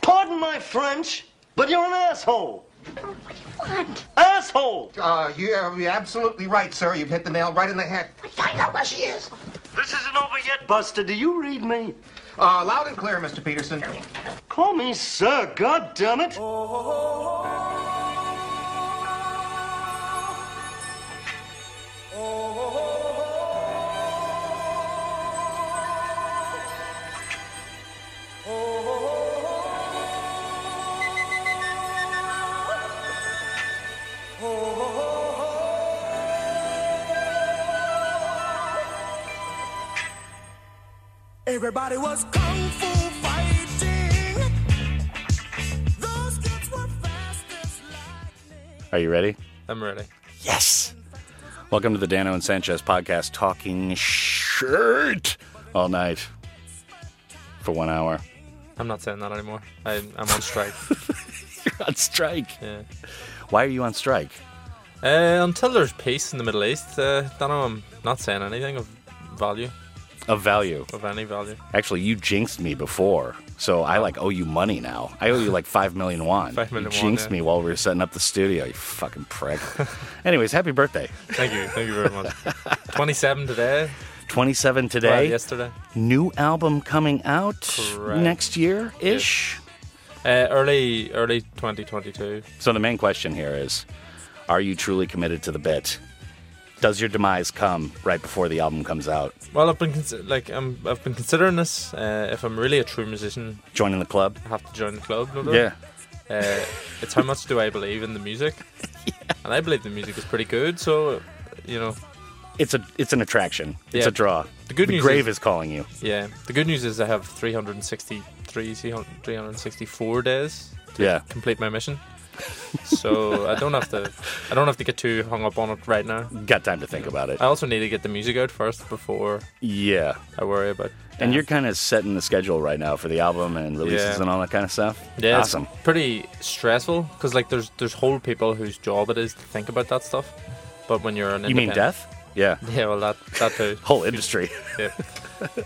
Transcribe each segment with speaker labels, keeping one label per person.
Speaker 1: Pardon my French, but you're an asshole.
Speaker 2: What do you want?
Speaker 1: Asshole!
Speaker 3: Uh, you are you're absolutely right, sir. You've hit the nail right in the head.
Speaker 2: Find out where she is.
Speaker 1: This isn't over yet, Buster. Do you read me?
Speaker 3: Uh, loud and clear, Mr. Peterson.
Speaker 1: Call me sir, god damn it.
Speaker 4: Everybody was kung fu fighting. Those kids were fast as lightning.
Speaker 5: Are you ready?
Speaker 6: I'm ready.
Speaker 5: Yes. Welcome to the Dano and Sanchez podcast, talking shirt all night for one hour.
Speaker 6: I'm not saying that anymore. I, I'm on strike. Uh,
Speaker 5: You're on strike.
Speaker 6: yeah.
Speaker 5: Why are you on strike?
Speaker 6: Uh, until there's peace in the Middle East, uh, don't know. I'm not saying anything of value,
Speaker 5: Of value.
Speaker 6: of any value.
Speaker 5: Actually, you jinxed me before, so I like owe you money now. I owe you like five million won.
Speaker 6: Five million
Speaker 5: you
Speaker 6: won,
Speaker 5: jinxed
Speaker 6: yeah.
Speaker 5: me while we were setting up the studio. You fucking prick. Anyways, happy birthday.
Speaker 6: Thank you. Thank you very much. 27 today.
Speaker 5: 27 today.
Speaker 6: Well, yesterday.
Speaker 5: New album coming out
Speaker 6: Correct.
Speaker 5: next year ish.
Speaker 6: Uh, early, early 2022.
Speaker 5: So the main question here is are you truly committed to the bit? Does your demise come right before the album comes out?
Speaker 6: Well, I've been consi- like I'm, I've been considering this. Uh, if I'm really a true musician,
Speaker 5: Joining the club?
Speaker 6: I have to join the club. blah, blah.
Speaker 5: Yeah.
Speaker 6: Uh, it's how much do I believe in the music? And I believe the music is pretty good. So, you know,
Speaker 5: It's a it's an attraction. It's
Speaker 6: Yeah.
Speaker 5: a draw.
Speaker 6: The good news
Speaker 5: grave
Speaker 6: is-
Speaker 5: is calling you.
Speaker 6: Yeah. The good news is I have 363, 364 days to
Speaker 5: Yeah.
Speaker 6: complete my mission. So I don't have to I don't have to get too hung up on it right now.
Speaker 5: Got time to think about it.
Speaker 6: I also need to get the music out first before
Speaker 5: Yeah.
Speaker 6: I worry about
Speaker 5: And you're kind of setting the schedule right now for the album and releases
Speaker 6: Yeah.
Speaker 5: and all that kind of stuff.
Speaker 6: yeah, it's
Speaker 5: awesome.
Speaker 6: pretty stressful because like there's there's whole people whose job it is to think about that stuff. But when you're an
Speaker 5: You mean
Speaker 6: independent-
Speaker 5: death? Yeah,
Speaker 6: Yeah, well that that too.
Speaker 5: whole industry.
Speaker 6: Yeah.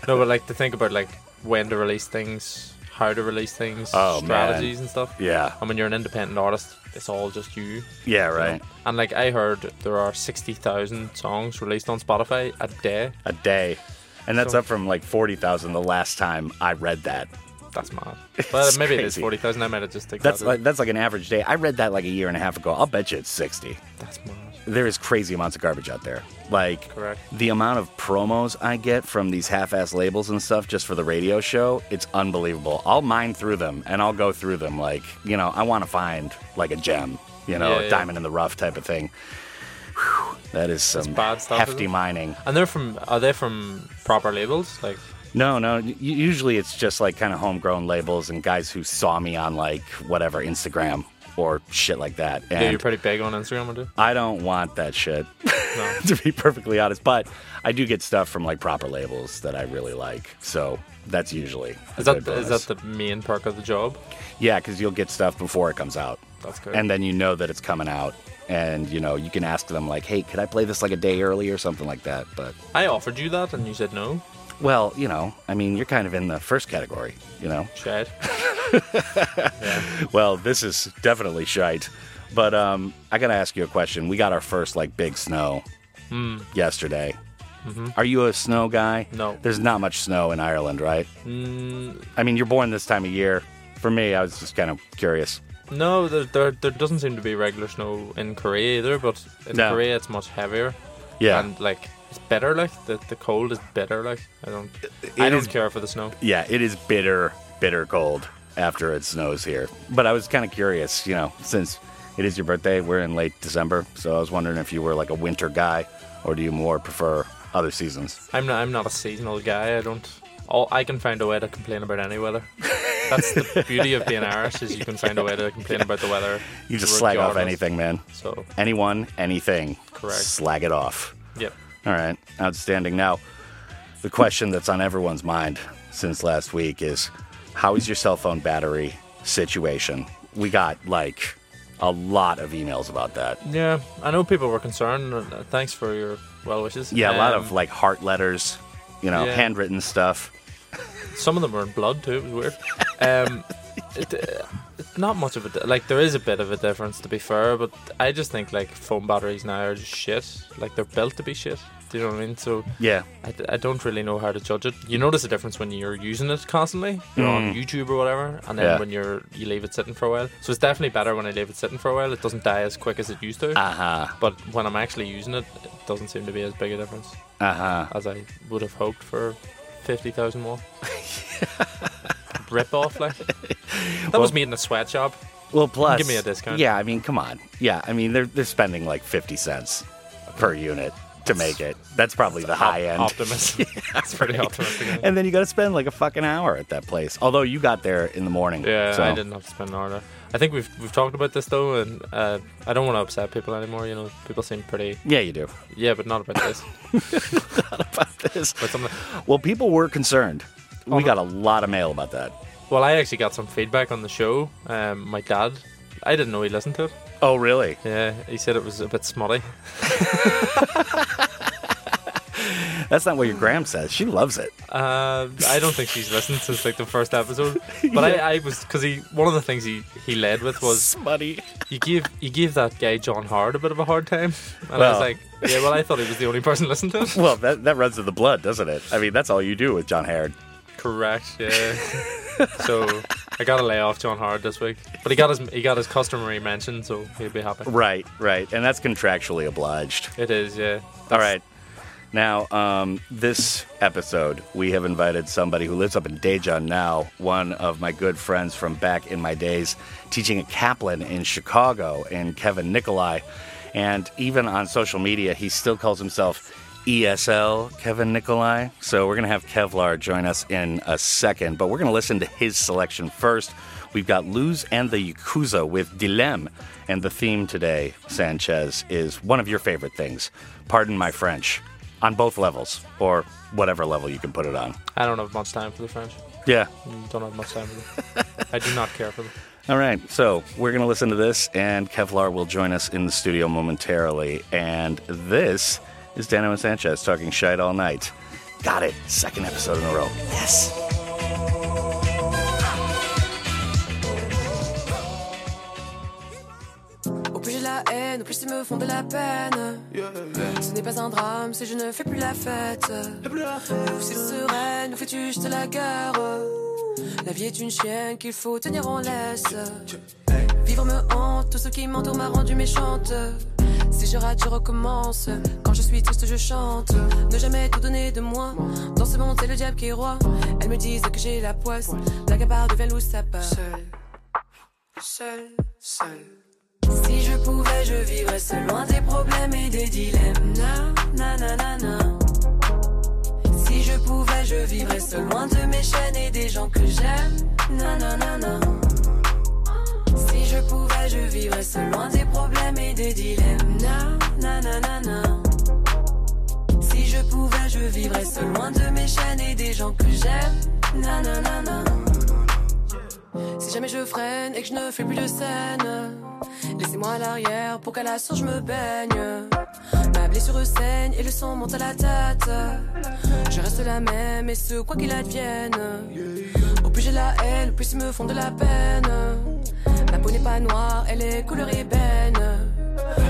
Speaker 6: No, but like to think about like when to release things, how to release things,
Speaker 5: Oh, man.
Speaker 6: strategies and stuff.
Speaker 5: Yeah.
Speaker 6: And when you're an independent artist, it's all just you. you
Speaker 5: Yeah,
Speaker 6: know?
Speaker 5: right.
Speaker 6: And like I heard, there are sixty thousand songs released on Spotify a day.
Speaker 5: A day, and that's
Speaker 6: So-
Speaker 5: up from like forty thousand the last time I read that.
Speaker 6: That's mad. Well,
Speaker 5: It's
Speaker 6: maybe it is
Speaker 5: crazy.
Speaker 6: forty thousand. I might have just taken
Speaker 5: That's
Speaker 6: that
Speaker 5: like, that's like an average day. I read that like a year and a half ago. I'll bet you it's sixty.
Speaker 6: That's mad.
Speaker 5: There is crazy amounts of garbage out there. Like
Speaker 6: Correct.
Speaker 5: the amount of promos I get from these half-ass labels and stuff just for the radio show, it's unbelievable. I'll mine through them and I'll go through them like, you know, I want to find like a gem, you know,
Speaker 6: Yeah,
Speaker 5: a
Speaker 6: yeah.
Speaker 5: diamond in the rough type of thing. Whew, that is some
Speaker 6: bad stuff,
Speaker 5: hefty
Speaker 6: isn't it?
Speaker 5: mining.
Speaker 6: And they're from are they from proper labels? Like
Speaker 5: No, no. u- Usually it's just like kind of homegrown labels and guys who saw me on like whatever Instagram or shit like that. And
Speaker 6: yeah, you're pretty big on Instagram, or
Speaker 5: I don't want that shit,
Speaker 6: No.
Speaker 5: to be perfectly honest. But I do get stuff from like proper labels that I really like. So that's usually. a
Speaker 6: Is that
Speaker 5: good
Speaker 6: is
Speaker 5: bonus.
Speaker 6: that the main perk of the job?
Speaker 5: Yeah, because you'll get stuff before it comes out.
Speaker 6: That's good.
Speaker 5: And then you know that it's coming out. And you know, you can ask them like, hey, could I play this like a day early or something like that? But
Speaker 6: I offered you that, and you said no.
Speaker 5: well, you know, I mean you're kind of in the first category, you know.
Speaker 6: Shit.
Speaker 5: Well, this is definitely shite. But um, I gotta ask you a question. We got our first like big snow yesterday. Are you a snow guy?
Speaker 6: Hmm. Mm-hmm. No.
Speaker 5: There's not much snow in Ireland, right?
Speaker 6: Mm,
Speaker 5: I mean, you're born this time of year. For me, I was just kind of curious.
Speaker 6: No, there, there, there doesn't seem to be regular snow in Korea either, but in
Speaker 5: No.
Speaker 6: Korea it's much heavier.
Speaker 5: Yeah.
Speaker 6: And like it's better like the, the cold is better like I don't I don't
Speaker 5: is-
Speaker 6: care for the snow.
Speaker 5: yeah, it is bitter, bitter cold after it snows here. But I was kind of curious, you know, since it is your birthday, we're in late December, so I was wondering if you were like a winter guy or do you more prefer other seasons?
Speaker 6: I'm not I'm not a seasonal guy. I don't all, I can find a way to complain about any weather. That's the beauty of being Irish is you can find a way to complain about the weather.
Speaker 5: You just slag off
Speaker 6: regardless.
Speaker 5: anything, man.
Speaker 6: So
Speaker 5: anyone, anything.
Speaker 6: Correct.
Speaker 5: Slag it off.
Speaker 6: yep.
Speaker 5: All right, outstanding. Now, the question that's on everyone's mind since last week is how is your cell phone battery situation? We got like a lot of emails about that.
Speaker 6: Yeah, I know people were concerned. uh, Thanks for your well wishes.
Speaker 5: Yeah, a lot
Speaker 6: Um,
Speaker 5: of like heart letters, you know,
Speaker 6: yeah.
Speaker 5: handwritten stuff.
Speaker 6: Some of them were in blood too. It was weird. Um, it, uh, not much of a di- like there is a bit of a difference to be fair, but I just think like phone batteries now are just shit. Like they're built to be shit. Do you know what I mean? So
Speaker 5: Yeah.
Speaker 6: I, d- I don't really know how to judge it. You notice a difference when you're using it constantly, you're on YouTube or whatever, and then
Speaker 5: Yeah.
Speaker 6: when you're you leave it sitting for a while. So it's definitely better when I leave it sitting for a while. It doesn't die as quick as it used to.
Speaker 5: Uh huh.
Speaker 6: But when I'm actually using it, it doesn't seem to be as big a difference
Speaker 5: Uh huh.
Speaker 6: as I would have hoped for 50,000 more. Rip off, like. That was me in the sweatshop.
Speaker 5: Well, plus,
Speaker 6: Give me a discount.
Speaker 5: Yeah, I mean, come on. Yeah, I mean, they're they're spending like fifty cents per unit to make it. That's probably the high end.
Speaker 6: Optimistic. That's pretty optimistic.
Speaker 5: and then you got to spend like a fucking hour at that place. Although you got there in the morning.
Speaker 6: Yeah,
Speaker 5: so.
Speaker 6: I didn't have to spend an hour there. I think we've we've talked about this though, and uh, I don't want to upset people anymore. You know, people seem pretty
Speaker 5: Yeah, you do.
Speaker 6: yeah, but not about this.
Speaker 5: About this.
Speaker 6: But something.
Speaker 5: Well, people were concerned. We got a lot of mail about that.
Speaker 6: Well, I actually got some feedback on the show. Um, my dad, I didn't know he listened to it.
Speaker 5: Oh, really?
Speaker 6: Yeah, he said it was a bit smutty.
Speaker 5: That's not what your gram says. She loves it.
Speaker 6: Uh, I don't think she's listened since like the first episode. But I, I was because he one of the things he he led with was
Speaker 5: Smutty.
Speaker 6: you give you give that guy John Hard a bit of a hard time, and I
Speaker 5: Well.
Speaker 6: was like, yeah, well, I thought he was the only person listening to it.
Speaker 5: Well, that, that runs in the blood, doesn't it? I mean, that's all you do with John Harrod.
Speaker 6: Correct, yeah. so I got to lay off John Hard this week, but he got his he got his customary mention, so he'll be happy.
Speaker 5: Right, right. And that's contractually obliged.
Speaker 6: It is, yeah.
Speaker 5: All right. Now, um, this episode, we have invited somebody who lives up in Daejeon now, one of my good friends from back in my days teaching at Kaplan in Chicago, and Kevin Nikolai. And even on social media, he still calls himself ESL Kevin Nikolai. So we're going to have Kevlar join us in a second, but we're going to listen to his selection first. We've got Luz and the Yakuza with Dilem. And the theme today, Sanchez, is one of your favorite things. Pardon my French. On both levels, or whatever level you can put it on.
Speaker 6: I don't have much time for the French. Mm,
Speaker 5: Yeah.
Speaker 6: Don't have much time for them. I do not care for them.
Speaker 5: All right. So we're going to listen to this, and Kevlar will join us in the studio momentarily. And this is Dano and Sanchez talking shite all night. Got it. Second episode in a row. Yes.
Speaker 7: Au plus j'ai de la haine, au plus ils me font de la peine. Ce n'est pas un drame si je ne fais plus la fête. Ou si sereine, ou fais-tu juste la guerre La vie est une chienne qu'il faut tenir en laisse. Vivre me hante, tout ce qui m'entoure m'a rendu méchante. Si je rate, je recommence. Quand je suis triste, je chante. Ne jamais tout donner de moi. Dans ce monde, c'est le diable qui est roi. Elles me disent que j'ai la poisse. La gabarre devient loup, ça part. Seul, seul, seul. Si je pouvais, je vivrais seul loin des problèmes et des dilemmes. Na, na, na, na, na. Si je pouvais, je vivrais seul loin de mes chaînes et des gens que j'aime. Na, na, na, na. Si je pouvais, je vivrais seul loin des problèmes et des dilemmes. Na, na, na, na, na. Si je pouvais, je vivrais seul loin de mes chaînes et des gens que j'aime. Na, na, na, na. Si jamais je freine et que je ne fais plus de scène, laissez-moi à l'arrière pour qu'à la source je me baigne. Ma blessure saigne et le sang monte à la tête. Je reste la même et ce quoi qu'il advienne. Au plus j'ai la haine, au plus ils me font de la peine. Ma peau n'est pas noire, elle est couleur ébène.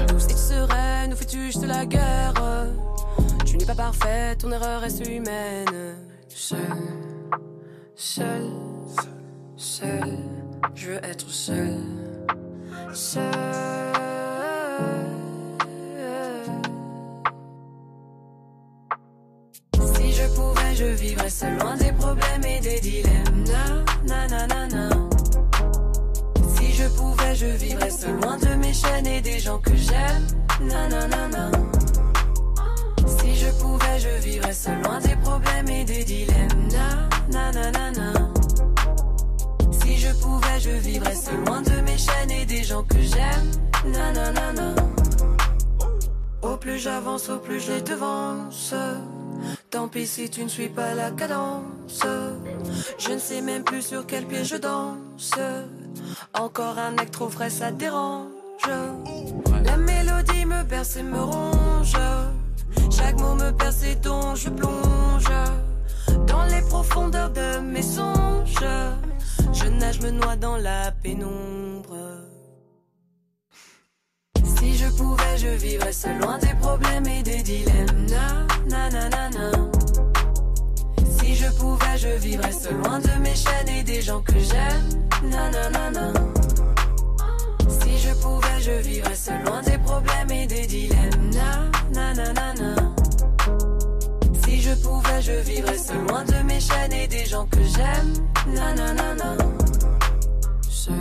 Speaker 7: Douce et sereine, nous fais-tu juste la guerre Tu n'es pas parfaite, ton erreur reste humaine. Seul, seul. Seul, je veux être seul. Seul. Si je pouvais, je vivrais seul loin des problèmes et des dilemmes. Na, na, na, na, na. Si je pouvais, je vivrais seul loin de mes chaînes et des gens que j'aime. Na, na, na, na. Si je pouvais, je vivrais seul loin des problèmes et des dilemmes. Na, na, na, na, na. Si je pouvais, je vivrais seul loin de mes chaînes et des gens que j'aime. Nanana. Au plus j'avance, au plus je les devance. Tant pis si tu ne suis pas la cadence. Je ne sais même plus sur quel pied je danse. Encore un acte trop frais, ça dérange. La mélodie me berce et me ronge. Chaque mot me perce et dont je plonge. Dans les profondeurs de mes songes, je navigue. là, je me noie dans la pénombre. Si je pouvais, je vivrais seul loin des problèmes et des dilemmes. Na, na, na, na, na. Si je pouvais, je vivrais seul loin de mes chaînes et des gens que j'aime. Na, na, na, na. Si je pouvais, je vivrais seul loin des problèmes et des dilemmes. Na, na, na, na, na. Si je pouvais, je vivrais seul loin de mes chaînes et des gens que j'aime. Na, na, na, na. Seul,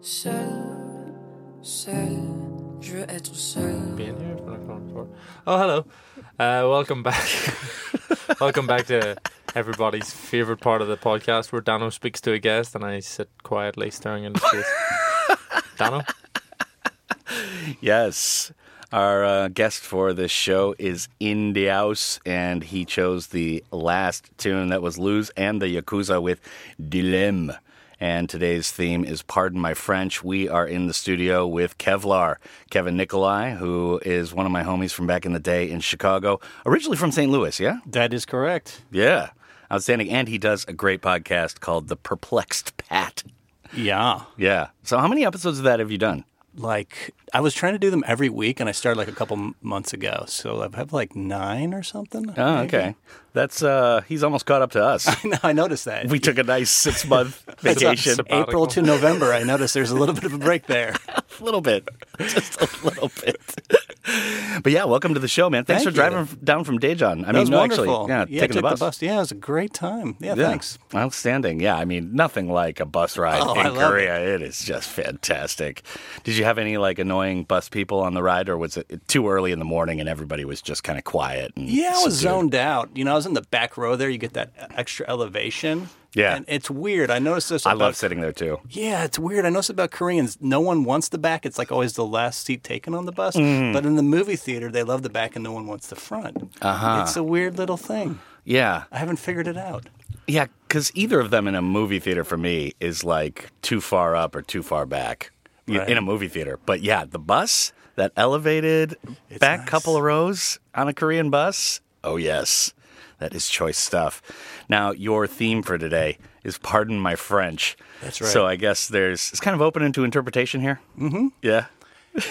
Speaker 7: seul. Seul, je veux être seul.
Speaker 6: Being here for like long before. Oh, hello. Uh, welcome back. welcome back to everybody's favorite part of the podcast where Dano speaks to a guest and I sit quietly staring into space. Dano?
Speaker 5: Yes. Our uh, guest for this show is Indiaus, and he chose the last tune that was Luz and the Yakuza with Dilem. And today's theme is Pardon My French. We are in the studio with Kevlar, Kevin Nikolai, who is one of my homies from back in the day in Chicago, originally from St. Louis, yeah?
Speaker 8: That is correct.
Speaker 5: Yeah. Outstanding. And he does a great podcast called The Perplexed Pat.
Speaker 8: Yeah.
Speaker 5: Yeah. So, how many episodes of that have you done?
Speaker 8: Like, I was trying to do them every week, and I started like a couple m- months ago. So I have like nine or something.
Speaker 5: Oh, okay. That's uh he's almost caught up to us.
Speaker 8: No, I noticed that.
Speaker 5: We took a nice six month vacation.
Speaker 6: It's
Speaker 8: April to November, I noticed there's a little bit of a break there.
Speaker 5: A little bit. Just a little bit. but yeah, welcome to the show, man. Thanks for
Speaker 8: Thank
Speaker 5: driving
Speaker 8: you.
Speaker 5: f- down from Daejeon. I
Speaker 8: That
Speaker 5: mean,
Speaker 8: was
Speaker 5: no,
Speaker 8: wonderful.
Speaker 5: actually, yeah,
Speaker 8: yeah I
Speaker 5: taking the
Speaker 8: took
Speaker 5: bus.
Speaker 8: Yeah, it was a great time. Yeah,
Speaker 5: Yeah.
Speaker 8: thanks.
Speaker 5: Outstanding. Yeah, I mean, nothing like a bus ride
Speaker 8: Oh,
Speaker 5: in
Speaker 8: I love
Speaker 5: Korea. it is just fantastic. Did you have any like annoying bus people on the ride, or was it too early in the morning and everybody was just kind of quiet? And
Speaker 8: Yeah, I
Speaker 5: subdued?
Speaker 8: was zoned out. You know, I was in the back row there. You get that uh, extra elevation.
Speaker 5: Yeah.
Speaker 8: And it's weird. I noticed this.
Speaker 5: I
Speaker 8: about-
Speaker 5: love sitting there too.
Speaker 8: Yeah, it's weird. I noticed about Koreans, no one wants the back. It's like always the last seat taken on the bus. But in the movie theater, they love the back and no one wants the front. Uh-huh. It's a weird little thing.
Speaker 5: Yeah,
Speaker 8: I haven't figured it out.
Speaker 5: Yeah, because either of them in a movie theater for me is like too far up or too far back y-
Speaker 8: Right.
Speaker 5: in a movie theater. But yeah, the bus, that elevated back
Speaker 8: nice.
Speaker 5: couple of rows on a Korean bus. Oh, yes. That is choice stuff. Now, your theme for today is Pardon My French. That's
Speaker 8: right. Mm-hmm.
Speaker 5: So I guess there's, it's kind of open into interpretation here. Mm hmm. Yeah.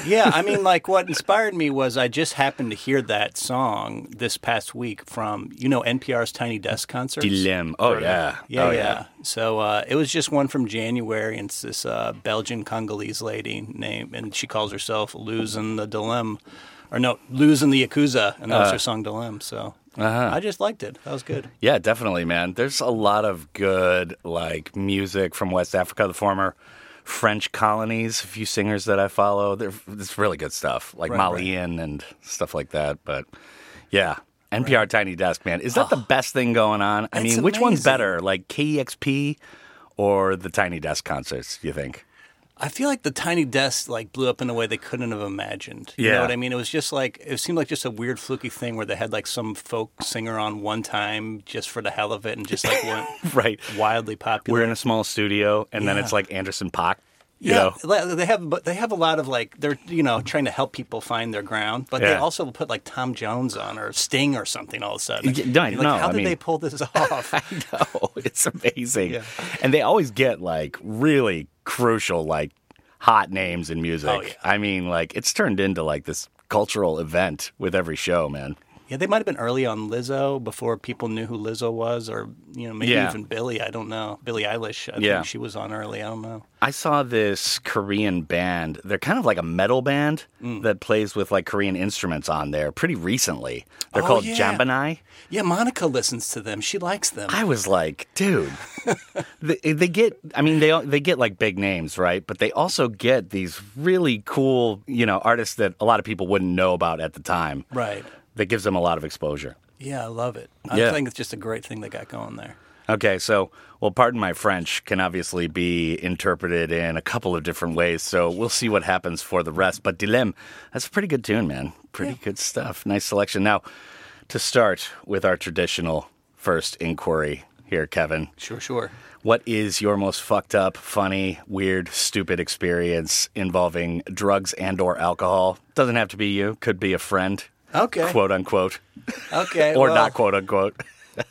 Speaker 8: Yeah, I mean, like what inspired me was I just happened to hear that song this past week from, you know, NPR's Tiny Desk concert.
Speaker 5: Dilem. Oh, yeah.
Speaker 8: Yeah,
Speaker 5: oh,
Speaker 8: yeah. So uh, it was just one from January, and it's this uh, Belgian Congolese lady name, and she calls herself "Losing the Dilemma," or no, "Losing the Yakuza," and that was her song "Dilemma." So I just liked it. That was good.
Speaker 5: Yeah, definitely, man. There's a lot of good like music from West Africa, the former French colonies. A few singers that I follow, they're it's really good stuff, like
Speaker 8: Right, right.
Speaker 5: Malian and stuff like that. But yeah, NPR Tiny Desk, man, is that the best thing going on? I mean,
Speaker 8: It's
Speaker 5: which one's
Speaker 8: Ah. amazing.
Speaker 5: better, like KEXP or the Tiny Desk concerts? You think?
Speaker 8: I feel like the Tiny Desk like blew up in a way they couldn't have imagined. You
Speaker 5: Yeah.
Speaker 8: know what I mean? It was just like it seemed like just a weird fluky thing where they had like some folk singer on one time just for the hell of it, and just like went
Speaker 5: Right.
Speaker 8: wildly popular.
Speaker 5: We're in a small studio, and then it's like Anderson Pock. You know?
Speaker 8: li- they have, but they have a lot of like they're you know trying to help people find their ground, but they
Speaker 5: Yeah.
Speaker 8: also will put like Tom Jones on or Sting or something all of a sudden.
Speaker 5: Y- no,
Speaker 8: You're
Speaker 5: no,
Speaker 8: like, how
Speaker 5: I
Speaker 8: did
Speaker 5: mean-
Speaker 8: they pull this off?
Speaker 5: know. It's amazing.
Speaker 8: Yeah.
Speaker 5: And they always get like really crucial, like hot names in music.
Speaker 8: Oh, yeah.
Speaker 5: I mean, like it's turned into like this cultural event with every show, man.
Speaker 8: yeah, they might have been early on Lizzo before people knew who Lizzo was, or you know maybe
Speaker 5: Yeah.
Speaker 8: even Billie. I don't know Billie Eilish. I
Speaker 5: Yeah.
Speaker 8: think she was on early. I don't know.
Speaker 5: I saw this Korean band. They're kind of like a metal band
Speaker 8: Mm.
Speaker 5: that plays with like Korean instruments on there pretty recently. They're
Speaker 8: Oh,
Speaker 5: called
Speaker 8: yeah.
Speaker 5: Jambanai.
Speaker 8: Yeah, Monica listens to them. She likes them.
Speaker 5: I was like, dude, they, they get. I mean, they they get like big names, right? But they also get these really cool, you know, artists that a lot of people wouldn't know about at the time.
Speaker 8: right.
Speaker 5: That gives them a lot of exposure.
Speaker 8: Yeah, I love it. I
Speaker 5: Yeah.
Speaker 8: think it's just a great thing they got going there.
Speaker 5: Okay, so well, pardon my French can obviously be interpreted in a couple of different waways. So we'll see what happens for the rest. But Dilem, that's a pretty good tune, man. Pretty good stuff. Nice selection. Now, to start with our traditional first inquiry here, Kevin.
Speaker 8: Sure, sure.
Speaker 5: What is your most fucked up, funny, weird, stupid experience involving drugs and or alcohol? Doesn't have to be you, could be a friend.
Speaker 8: Okay.
Speaker 5: Quote unquote.
Speaker 8: Okay.
Speaker 5: Or
Speaker 8: well-
Speaker 5: not quote unquote.